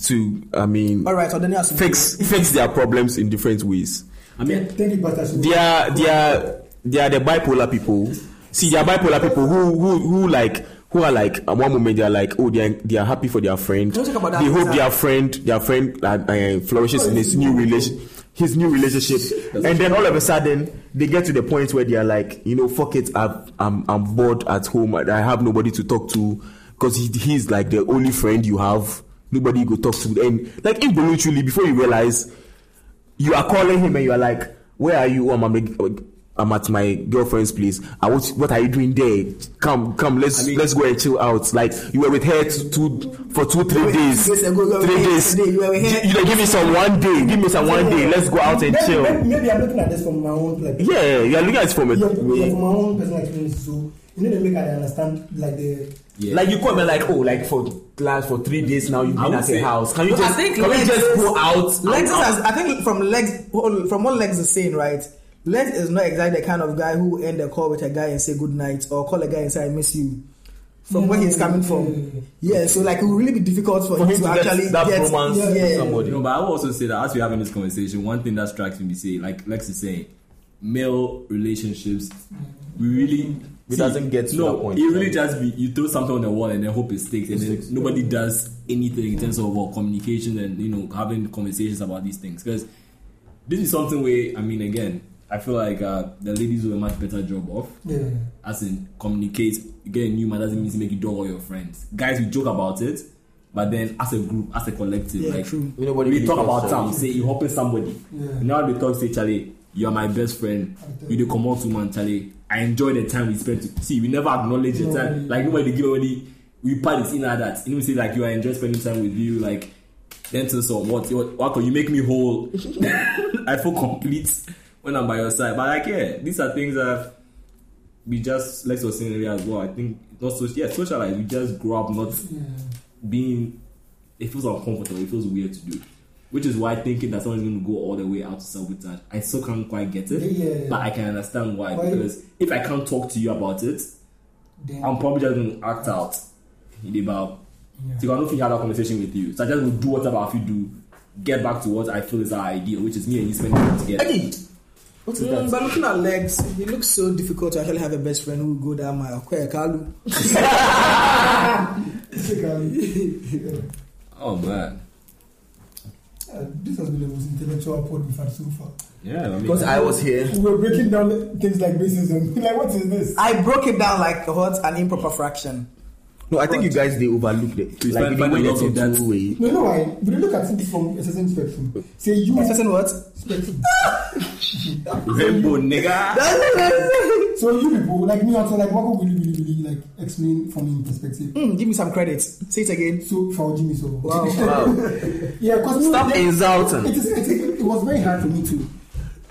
[SPEAKER 6] to, I mean,
[SPEAKER 4] All right, so then you have to
[SPEAKER 6] fix fix their problems in different ways.
[SPEAKER 3] I mean,
[SPEAKER 1] Thank you, Pastor. Shimon.
[SPEAKER 6] They are they are they are the bipolar people. See, they are bipolar people who who who like who are like at one moment they are like oh they are, they are happy for their friend.
[SPEAKER 4] Don't talk about that
[SPEAKER 6] They hope
[SPEAKER 4] later.
[SPEAKER 6] their friend their friend uh, uh, flourishes in his new relation his new relationship, and then all of a sudden they get to the point where they are like you know fuck it I've, I'm I'm bored at home I I have nobody to talk to because he, he's like the only friend you have nobody you go talk to and like involuntarily before you realize you are calling him and you are like, "Where are you? Oh, I'm, I'm- I'm at my girlfriend's place. I what, what are you doing there? Come, come, let's let's go and chill out. Like you were with her two, two for two, three days,
[SPEAKER 4] days ago, you were with
[SPEAKER 6] three
[SPEAKER 4] her
[SPEAKER 6] days.
[SPEAKER 4] today, you were with her-
[SPEAKER 6] You know, give me some one day. Give me some one day. Let's go out and
[SPEAKER 1] Maybe-
[SPEAKER 6] chill.
[SPEAKER 1] Maybe, maybe I'm looking at this from my own like
[SPEAKER 6] Yeah, you are looking at it from a
[SPEAKER 1] yeah, yeah,
[SPEAKER 6] way.
[SPEAKER 1] from my own personal experience. So you know they make I understand like the
[SPEAKER 6] Like you come and like, oh, like for last for three days now you've
[SPEAKER 3] I
[SPEAKER 6] been
[SPEAKER 3] would
[SPEAKER 6] at
[SPEAKER 3] say-
[SPEAKER 6] her house. Can you
[SPEAKER 4] No,
[SPEAKER 6] just
[SPEAKER 4] I think
[SPEAKER 6] can we
[SPEAKER 4] Lex
[SPEAKER 6] just
[SPEAKER 4] is-
[SPEAKER 6] go out?
[SPEAKER 4] Lex
[SPEAKER 6] out,
[SPEAKER 4] has, I think from Lex, from what Lex is saying, right? Lex is not exactly the kind of guy who will end a call with a guy and say good night or call a guy and say I miss you. From where he's coming from, yeah. So like, it will really be difficult for,
[SPEAKER 6] Mm. for
[SPEAKER 4] him
[SPEAKER 6] him
[SPEAKER 4] to
[SPEAKER 6] to
[SPEAKER 4] actually
[SPEAKER 6] get that
[SPEAKER 4] get
[SPEAKER 6] romance with
[SPEAKER 4] yeah.
[SPEAKER 6] somebody?
[SPEAKER 3] No, but I will also say that as we're having this conversation, one thing that strikes me, say like Lex is saying, male relationships, we really.
[SPEAKER 6] It doesn't get to
[SPEAKER 3] no,
[SPEAKER 6] that point,
[SPEAKER 3] It really
[SPEAKER 6] right?
[SPEAKER 3] just be you throw something on the wall and then hope it sticks, and then nobody does anything in terms of well, communication and you know having conversations about these things. Because this is something where I mean, again, I feel like uh, the ladies do a much better job of
[SPEAKER 1] yeah.
[SPEAKER 3] as in communicate. You get a new man doesn't mean to make you do all your friends. Guys, we joke about it, but then as a group, as a collective,
[SPEAKER 4] Yeah,
[SPEAKER 3] like
[SPEAKER 4] true.
[SPEAKER 3] we
[SPEAKER 6] Nobody really
[SPEAKER 3] talk
[SPEAKER 6] talks
[SPEAKER 3] about
[SPEAKER 6] about
[SPEAKER 3] time. Say you helping somebody.
[SPEAKER 1] Yeah.
[SPEAKER 3] Now they talk. Say Charlie, you are my best friend. You the come out to man, Charlie. I enjoy the time we spent. To, see, we never acknowledge the time. Like nobody give any. We parties in like that. You know, we say like you are enjoy spending time with you. Like then to so what? What? what can you make me whole? [LAUGHS] I feel complete when I'm by your side. But like yeah, these are things that we just like was saying earlier as well. I think not so yeah, socialize. We just grow up not being. It feels uncomfortable. It feels weird to do, which is why thinking that someone's going to go all the way out to sabotage. I still can't quite get it,
[SPEAKER 1] Yeah, yeah, yeah.
[SPEAKER 3] but I can understand why,
[SPEAKER 1] Why-
[SPEAKER 3] because if I can't talk to you about it,
[SPEAKER 1] Then,
[SPEAKER 3] I'm probably just going to act out. About
[SPEAKER 1] Yeah.
[SPEAKER 3] so I don't think I had a conversation with you. So I just will do whatever I feel do. Get back to what I feel is our ideal, which is me and you spending time together.
[SPEAKER 4] Hey, Mm, but looking at Lex, it looks so difficult to actually have a best friend who will go down my Akwe Kalu.
[SPEAKER 1] basically,
[SPEAKER 3] Oh man.
[SPEAKER 1] Uh, this has been the most intellectual pod we've had so far.
[SPEAKER 2] Yeah, I mean,
[SPEAKER 6] Because I was here.
[SPEAKER 1] We were breaking down things like racism. [LAUGHS] like, what is this?
[SPEAKER 4] I broke it down like what an improper fraction.
[SPEAKER 6] No, I think you guys they overlooked it.
[SPEAKER 3] You
[SPEAKER 6] Like
[SPEAKER 3] find-
[SPEAKER 6] you
[SPEAKER 3] find a
[SPEAKER 6] didn't
[SPEAKER 3] lot
[SPEAKER 6] let it
[SPEAKER 3] of that.
[SPEAKER 6] that way.
[SPEAKER 1] No, no, I. We look at things from a certain spectrum. Say you
[SPEAKER 4] A certain what?
[SPEAKER 1] spectrum.
[SPEAKER 3] Rainbow nigga.
[SPEAKER 1] So you people, like me, also like what could really, really, really like explain from in perspective.
[SPEAKER 4] Hmm, give me some credit. Say it again.
[SPEAKER 1] So for Jimmy, so
[SPEAKER 4] Wow.
[SPEAKER 1] [LAUGHS] yeah, because
[SPEAKER 6] Stop
[SPEAKER 1] It,
[SPEAKER 6] insulting.
[SPEAKER 1] is, it, is- it was very hard for me to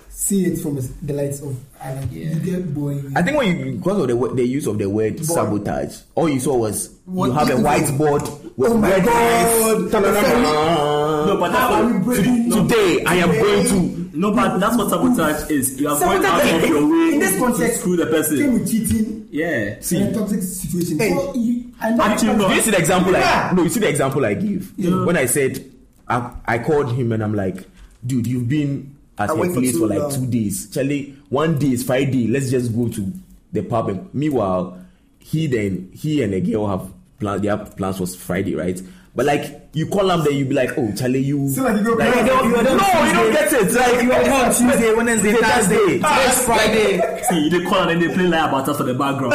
[SPEAKER 1] see it from the lights of I like you get boy.
[SPEAKER 6] I think when you because of the wo- the use of the word sabotage, all you saw was
[SPEAKER 1] What
[SPEAKER 6] you have a
[SPEAKER 1] is it?
[SPEAKER 6] whiteboard with
[SPEAKER 1] Oh my
[SPEAKER 6] red
[SPEAKER 1] God.
[SPEAKER 6] lines.
[SPEAKER 3] No, but that's
[SPEAKER 1] are we
[SPEAKER 3] what,
[SPEAKER 1] breaking-
[SPEAKER 6] Today I am going to.
[SPEAKER 3] no, but that's what sabotage is. You are going out
[SPEAKER 1] Sabotage-
[SPEAKER 3] of your way
[SPEAKER 1] in this
[SPEAKER 3] to
[SPEAKER 1] context,
[SPEAKER 3] screw the
[SPEAKER 1] came
[SPEAKER 3] person.
[SPEAKER 1] with cheating
[SPEAKER 3] Yeah.
[SPEAKER 1] and a toxic situation.
[SPEAKER 4] Hey.
[SPEAKER 1] So you, I know
[SPEAKER 3] Actually, no.
[SPEAKER 6] Do you see the example?
[SPEAKER 1] Yeah.
[SPEAKER 6] I no, you see the example I give when I said I, I called him and I'm like, dude, you've been at
[SPEAKER 4] Away
[SPEAKER 6] your
[SPEAKER 4] for
[SPEAKER 6] place
[SPEAKER 4] too
[SPEAKER 6] for like
[SPEAKER 4] long."
[SPEAKER 6] two days. Charlie, one day is Friday. Let's just go to the pub. And meanwhile, he then he and the girl have plans. Their plans was Friday, right? But like you call them, then you be like, oh, Charlie, you.
[SPEAKER 1] So like you go
[SPEAKER 6] Like,
[SPEAKER 1] cry.
[SPEAKER 6] no, you don't get it. Like you are down Tuesday, Wednesday, Thursday.
[SPEAKER 4] Next Friday.
[SPEAKER 3] See, they call and then they play lie about us for the background.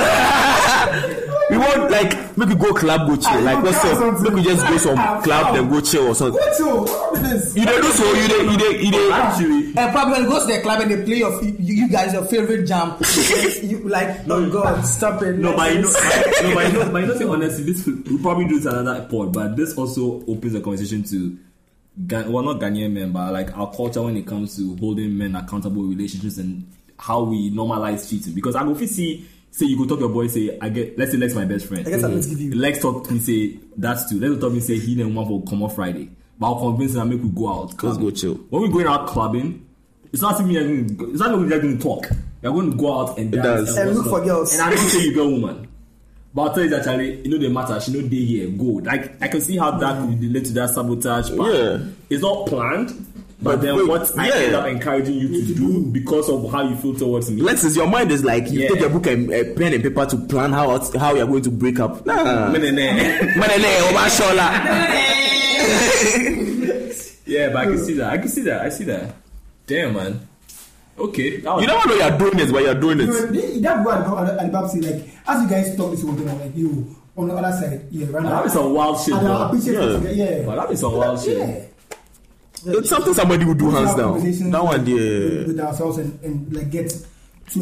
[SPEAKER 6] We want like make we go club go chill. Like what's up? Make we just go some club then go chill or something.
[SPEAKER 1] What so? What is this?
[SPEAKER 6] You don't do so. You don't. You don't. You don't.
[SPEAKER 3] Actually,
[SPEAKER 4] And probably when you go to the club and they play your, you, you guys your favorite
[SPEAKER 3] [LAUGHS]
[SPEAKER 4] jam. you like, oh God, stop it.
[SPEAKER 3] No, but you
[SPEAKER 4] [LAUGHS]
[SPEAKER 3] know,
[SPEAKER 4] Let's-
[SPEAKER 3] no, but you know, but you know, say honestly, this we probably do it another pod, but this also opens the conversation to, Gan- well, not Ghanaian men, but like our culture when it comes to holding men accountable in relationships and how we normalize cheating. Because I go fit see, say you go talk to your boy, say I get, let's say Lex my best friend.
[SPEAKER 4] I guess I let's give you.
[SPEAKER 3] Lex talk to me, say that's too. Lex talk to me, say he and woman will come on Friday, but I'll convince him I make we go out. clubbing.
[SPEAKER 6] go chill.
[SPEAKER 3] When we going out clubbing, it's not me. and you- It's not like we're going to talk. We're going to go out and dance
[SPEAKER 6] does.
[SPEAKER 4] And look
[SPEAKER 3] whatnot.
[SPEAKER 4] for girls.
[SPEAKER 3] And I don't say you girl woman. But I'll tell you that Charlie, you know the matter, she know they here, go. Like I can see how that could relate to that sabotage part.
[SPEAKER 6] Yeah.
[SPEAKER 3] It's not planned, but,
[SPEAKER 6] But
[SPEAKER 3] then
[SPEAKER 6] wait,
[SPEAKER 3] what I
[SPEAKER 6] yeah.
[SPEAKER 3] end up encouraging you to do because of how you feel towards me.
[SPEAKER 6] Lex is your mind is like you
[SPEAKER 3] Yeah.
[SPEAKER 6] take a book and a pen and paper to plan how how you are going to break up. Nah.
[SPEAKER 3] Nah, nah, nah.
[SPEAKER 6] Manene, Obashola.
[SPEAKER 3] [LAUGHS] yeah, but I can see that. I can see that. I see that. Damn man. Okay. That was-
[SPEAKER 6] You don't know you are doing this, but you are doing
[SPEAKER 1] You
[SPEAKER 6] it.
[SPEAKER 1] know, they- that one and Bab say like as you guys talk this one thing, I'm like you on the other side, yeah, right now.
[SPEAKER 3] that is some wild shit,
[SPEAKER 1] And I
[SPEAKER 3] though.
[SPEAKER 1] appreciate
[SPEAKER 6] Yeah.
[SPEAKER 1] it. Yeah.
[SPEAKER 3] But that is some wild shit.
[SPEAKER 6] It's something somebody will do hands
[SPEAKER 1] have
[SPEAKER 6] down.
[SPEAKER 1] conversations
[SPEAKER 6] That one,
[SPEAKER 1] with,
[SPEAKER 6] yeah.
[SPEAKER 1] with ourselves and, and like get to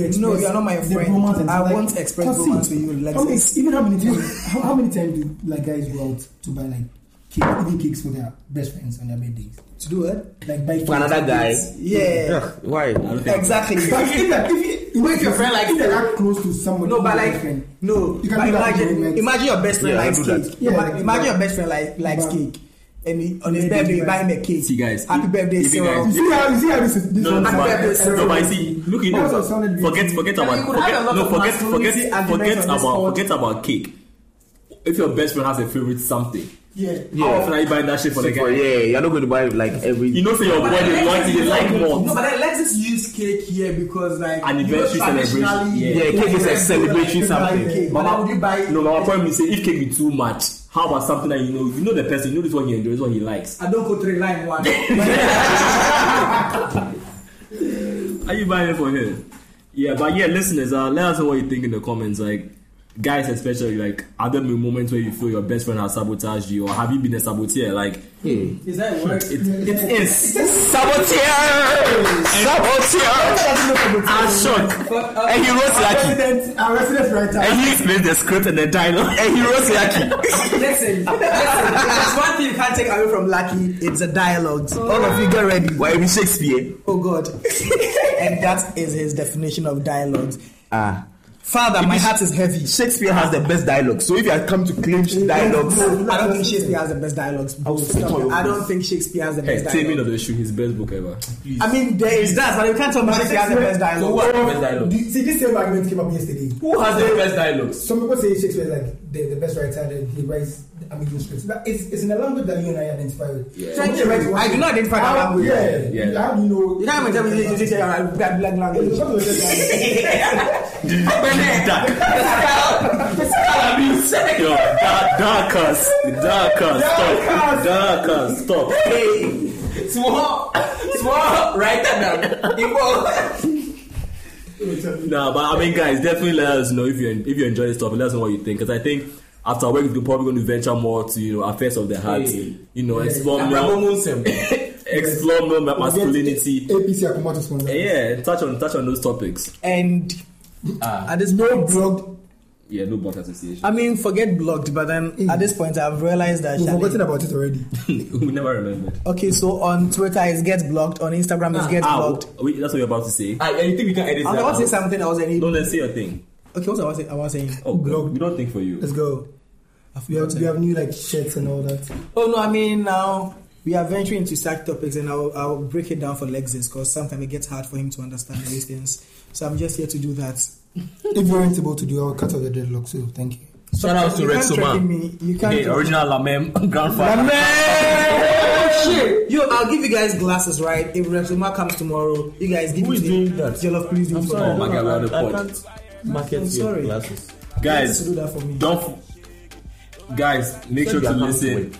[SPEAKER 1] express
[SPEAKER 4] No, you are not my
[SPEAKER 1] the
[SPEAKER 4] friend.
[SPEAKER 1] romance and
[SPEAKER 4] I
[SPEAKER 1] like,
[SPEAKER 4] won't express
[SPEAKER 1] cause see,
[SPEAKER 4] romance with you, like
[SPEAKER 1] okay,
[SPEAKER 4] this.
[SPEAKER 1] even how many times? How, how many times do like guys go out to buy like cake, even cakes for their best friends on their birthdays?
[SPEAKER 4] To do it?
[SPEAKER 1] Like buy
[SPEAKER 6] For another guy.
[SPEAKER 4] Yeah.
[SPEAKER 6] Ugh,
[SPEAKER 4] [LAUGHS]
[SPEAKER 6] Why?
[SPEAKER 1] [LAUGHS]
[SPEAKER 4] Exactly.
[SPEAKER 1] But if, like, if, you-
[SPEAKER 4] Wait, your friend, like-
[SPEAKER 1] if they are close to someone,
[SPEAKER 4] No, but
[SPEAKER 1] your
[SPEAKER 4] like,
[SPEAKER 1] friend,
[SPEAKER 4] no.
[SPEAKER 1] You can
[SPEAKER 4] but
[SPEAKER 1] do that
[SPEAKER 4] imagine,
[SPEAKER 1] with
[SPEAKER 4] imagine your best friend
[SPEAKER 6] Yeah, I
[SPEAKER 4] likes
[SPEAKER 6] do that.
[SPEAKER 4] cake.
[SPEAKER 1] Yeah,
[SPEAKER 4] Ima-
[SPEAKER 1] I do
[SPEAKER 4] imagine
[SPEAKER 1] that.
[SPEAKER 4] your best friend like likes
[SPEAKER 1] But-
[SPEAKER 4] cake, and he, on his
[SPEAKER 1] Yeah,
[SPEAKER 4] birthday you
[SPEAKER 1] yeah.
[SPEAKER 4] buy him a cake.
[SPEAKER 3] See, guys,
[SPEAKER 4] happy
[SPEAKER 3] if-
[SPEAKER 4] birthday,
[SPEAKER 3] if you
[SPEAKER 4] Cyril.
[SPEAKER 1] You
[SPEAKER 4] [LAUGHS]
[SPEAKER 1] see how you see how this is this
[SPEAKER 3] No,
[SPEAKER 1] one
[SPEAKER 3] no,
[SPEAKER 1] is
[SPEAKER 4] but-
[SPEAKER 1] like-
[SPEAKER 3] no, but you see, look, you know,
[SPEAKER 1] Because of solid
[SPEAKER 3] forget,
[SPEAKER 1] reason.
[SPEAKER 3] forget
[SPEAKER 4] Yeah,
[SPEAKER 3] about,
[SPEAKER 4] you could have
[SPEAKER 3] forget,
[SPEAKER 4] a lot
[SPEAKER 3] no,
[SPEAKER 4] of
[SPEAKER 3] forget,
[SPEAKER 4] masculinity
[SPEAKER 3] forget,
[SPEAKER 4] arguments
[SPEAKER 3] forget
[SPEAKER 4] on this
[SPEAKER 3] about,
[SPEAKER 4] pod.
[SPEAKER 3] forget about cake. If your best friend has a favorite something,
[SPEAKER 1] Yeah.
[SPEAKER 3] how often are you buying that shit for the
[SPEAKER 6] But
[SPEAKER 3] guy?
[SPEAKER 6] yeah, you're not going to buy like every.
[SPEAKER 3] You know, say your boy they want it, they like
[SPEAKER 5] No,
[SPEAKER 3] more.
[SPEAKER 5] but let- let's just use cake here because like
[SPEAKER 3] Anniversary celebration. Yeah.
[SPEAKER 6] yeah, cake is a celebration something.
[SPEAKER 5] But why would you buy?
[SPEAKER 3] No, but my point is, say if cake be too much, how about something that you know, you know the person, you know this one he enjoys, what he likes.
[SPEAKER 5] I don't go to the line one.
[SPEAKER 3] [LAUGHS] Are you buying it for him? Yeah, but yeah, listeners, uh, let us know what you think in the comments. Like, guys, especially, like, are there been moments where you feel your best friend has sabotaged you, or have you been a saboteur? Like,
[SPEAKER 5] Is that
[SPEAKER 6] [LAUGHS]
[SPEAKER 5] a word?
[SPEAKER 3] it, it is.
[SPEAKER 6] Saboteur! Saboteur!
[SPEAKER 3] I'm
[SPEAKER 4] Ah,
[SPEAKER 3] shocked.
[SPEAKER 6] And he wrote Yaki.
[SPEAKER 1] Resident, our resident writer.
[SPEAKER 6] And he explained the script and the dialogue. And he wrote Yaki.
[SPEAKER 4] Listen, listen, [LAUGHS] there's one thing you can't take away from Lucky. It's the dialogues. All of you get ready.
[SPEAKER 6] Why be Shakespeare?
[SPEAKER 4] Oh God. [LAUGHS] and that is his definition of dialogues.
[SPEAKER 6] Ah.
[SPEAKER 4] Father, my heart is heavy.
[SPEAKER 6] Shakespeare has the best dialogue. So if you have come to claim dialogues, [LAUGHS]
[SPEAKER 4] I don't think Shakespeare has the best dialogues. bro.
[SPEAKER 6] was thinking
[SPEAKER 4] Stop it.
[SPEAKER 6] of
[SPEAKER 4] I don't think Shakespeare has the
[SPEAKER 3] Hey,
[SPEAKER 4] best
[SPEAKER 3] Taming
[SPEAKER 4] dialogue.
[SPEAKER 3] of the Shoe, his best book ever.
[SPEAKER 4] I mean, there is that, but you can't tell me Shakespeare has the best
[SPEAKER 1] So
[SPEAKER 4] dialogue.
[SPEAKER 1] what-
[SPEAKER 3] Best dialogue.
[SPEAKER 1] the- See, this same argument came up yesterday.
[SPEAKER 3] Who has the best dialogues?
[SPEAKER 1] Some people say Shakespeare is like the, the best writer, then he writes amazing scripts. But it's, it's in a language that you and I identify with.
[SPEAKER 3] Yeah.
[SPEAKER 1] Some people write one-
[SPEAKER 4] I do not identify that
[SPEAKER 1] How-
[SPEAKER 4] language.
[SPEAKER 1] Yeah,
[SPEAKER 3] Yeah.
[SPEAKER 1] yeah. How do you know?
[SPEAKER 4] You know how many times you
[SPEAKER 1] [LAUGHS]
[SPEAKER 4] say that black language? [LAUGHS]
[SPEAKER 1] Some people say that-
[SPEAKER 4] Dark.
[SPEAKER 6] I've been saying.
[SPEAKER 3] Yo, da- darkers, darkers, stop, darkers, stop.
[SPEAKER 6] Hey, small, small, write that down. People.
[SPEAKER 3] No, but I mean, guys, definitely let us know if you if you enjoy this topic. Let us know what you think, because I think after work we're probably going to venture more to you know affairs of the heart.
[SPEAKER 6] Hey.
[SPEAKER 3] You know, explore
[SPEAKER 6] Abraham
[SPEAKER 3] more,
[SPEAKER 6] Munsem.
[SPEAKER 3] explore more ma- masculinity.
[SPEAKER 1] APC are come out to sponsor.
[SPEAKER 3] Yeah, touch on touch on those topics.
[SPEAKER 4] And
[SPEAKER 6] Ah.
[SPEAKER 4] at this point,
[SPEAKER 1] Blogged.
[SPEAKER 3] Yeah, no block association.
[SPEAKER 4] I mean, forget blocked, but then at this point, I've realized that.
[SPEAKER 1] Mm. We've
[SPEAKER 4] Charlie-
[SPEAKER 1] forgotten about it already.
[SPEAKER 3] we never remembered.
[SPEAKER 4] Okay, so on Twitter it's get blocked, on Instagram it's get
[SPEAKER 3] Ah,
[SPEAKER 4] blocked.
[SPEAKER 3] we, that's what you're about to say.
[SPEAKER 6] Ah, you think we can edit
[SPEAKER 4] I was about to say
[SPEAKER 6] that?
[SPEAKER 4] something else and he,
[SPEAKER 3] No, let's say your thing.
[SPEAKER 4] okay, what was I about to say? I was saying.
[SPEAKER 3] Oh,
[SPEAKER 1] Block.
[SPEAKER 3] we don't think for you.
[SPEAKER 1] Let's go.
[SPEAKER 4] I
[SPEAKER 1] We have,
[SPEAKER 4] forgot.
[SPEAKER 1] we have new like shirts and all that.
[SPEAKER 4] Oh no, I mean now we are venturing into sack topics, and I'll, I'll break it down for Lexis because sometimes it gets hard for him to understand these things. So I'm just here to do that.
[SPEAKER 1] If you aren't able to do, I'll cut off the dreadlocks. So thank you.
[SPEAKER 3] Shout out to
[SPEAKER 4] You can't
[SPEAKER 3] Rexoma.
[SPEAKER 4] threaten me. You can't.
[SPEAKER 3] Hey,
[SPEAKER 4] threaten-
[SPEAKER 3] original Lamem grandfather.
[SPEAKER 4] Yo, I'll give you guys glasses, right? If Rexoma comes tomorrow, you guys give
[SPEAKER 2] Who
[SPEAKER 4] me
[SPEAKER 2] is doing that?
[SPEAKER 4] Jollof, please do it for
[SPEAKER 3] sorry.
[SPEAKER 4] me.
[SPEAKER 3] Oh my God, we're on the
[SPEAKER 2] I- I
[SPEAKER 3] pod.
[SPEAKER 2] can't Market
[SPEAKER 4] I'm
[SPEAKER 2] your
[SPEAKER 4] sorry.
[SPEAKER 2] glasses.
[SPEAKER 4] To
[SPEAKER 3] Guys,
[SPEAKER 4] do that for me.
[SPEAKER 3] don't. f- Guys, make sure to listen.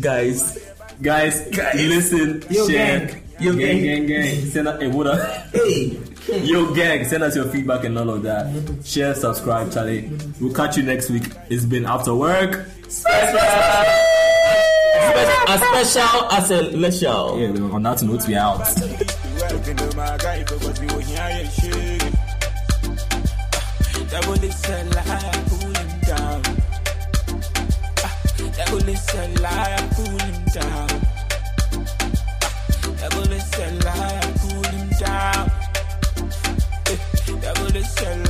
[SPEAKER 3] guys, guys, listen,
[SPEAKER 4] Yo,
[SPEAKER 3] share.
[SPEAKER 4] gang. Yo,
[SPEAKER 3] gang, gang,
[SPEAKER 4] gang.
[SPEAKER 3] gang. Send us, hey, what up? [LAUGHS]
[SPEAKER 4] Hey,
[SPEAKER 3] Yo, gang, send us your feedback and all of that. Share, subscribe, Charlie. We'll catch you next week. It's been after work.
[SPEAKER 2] As special as a leisure.
[SPEAKER 3] Yeah, on that note, we out.
[SPEAKER 9] Talking to my guy because we were here and shit. That will is a lie, cool him down. Ah, That will is a lie, cool him down. Ah, That will is a lie, cool him down. Eh, That will is a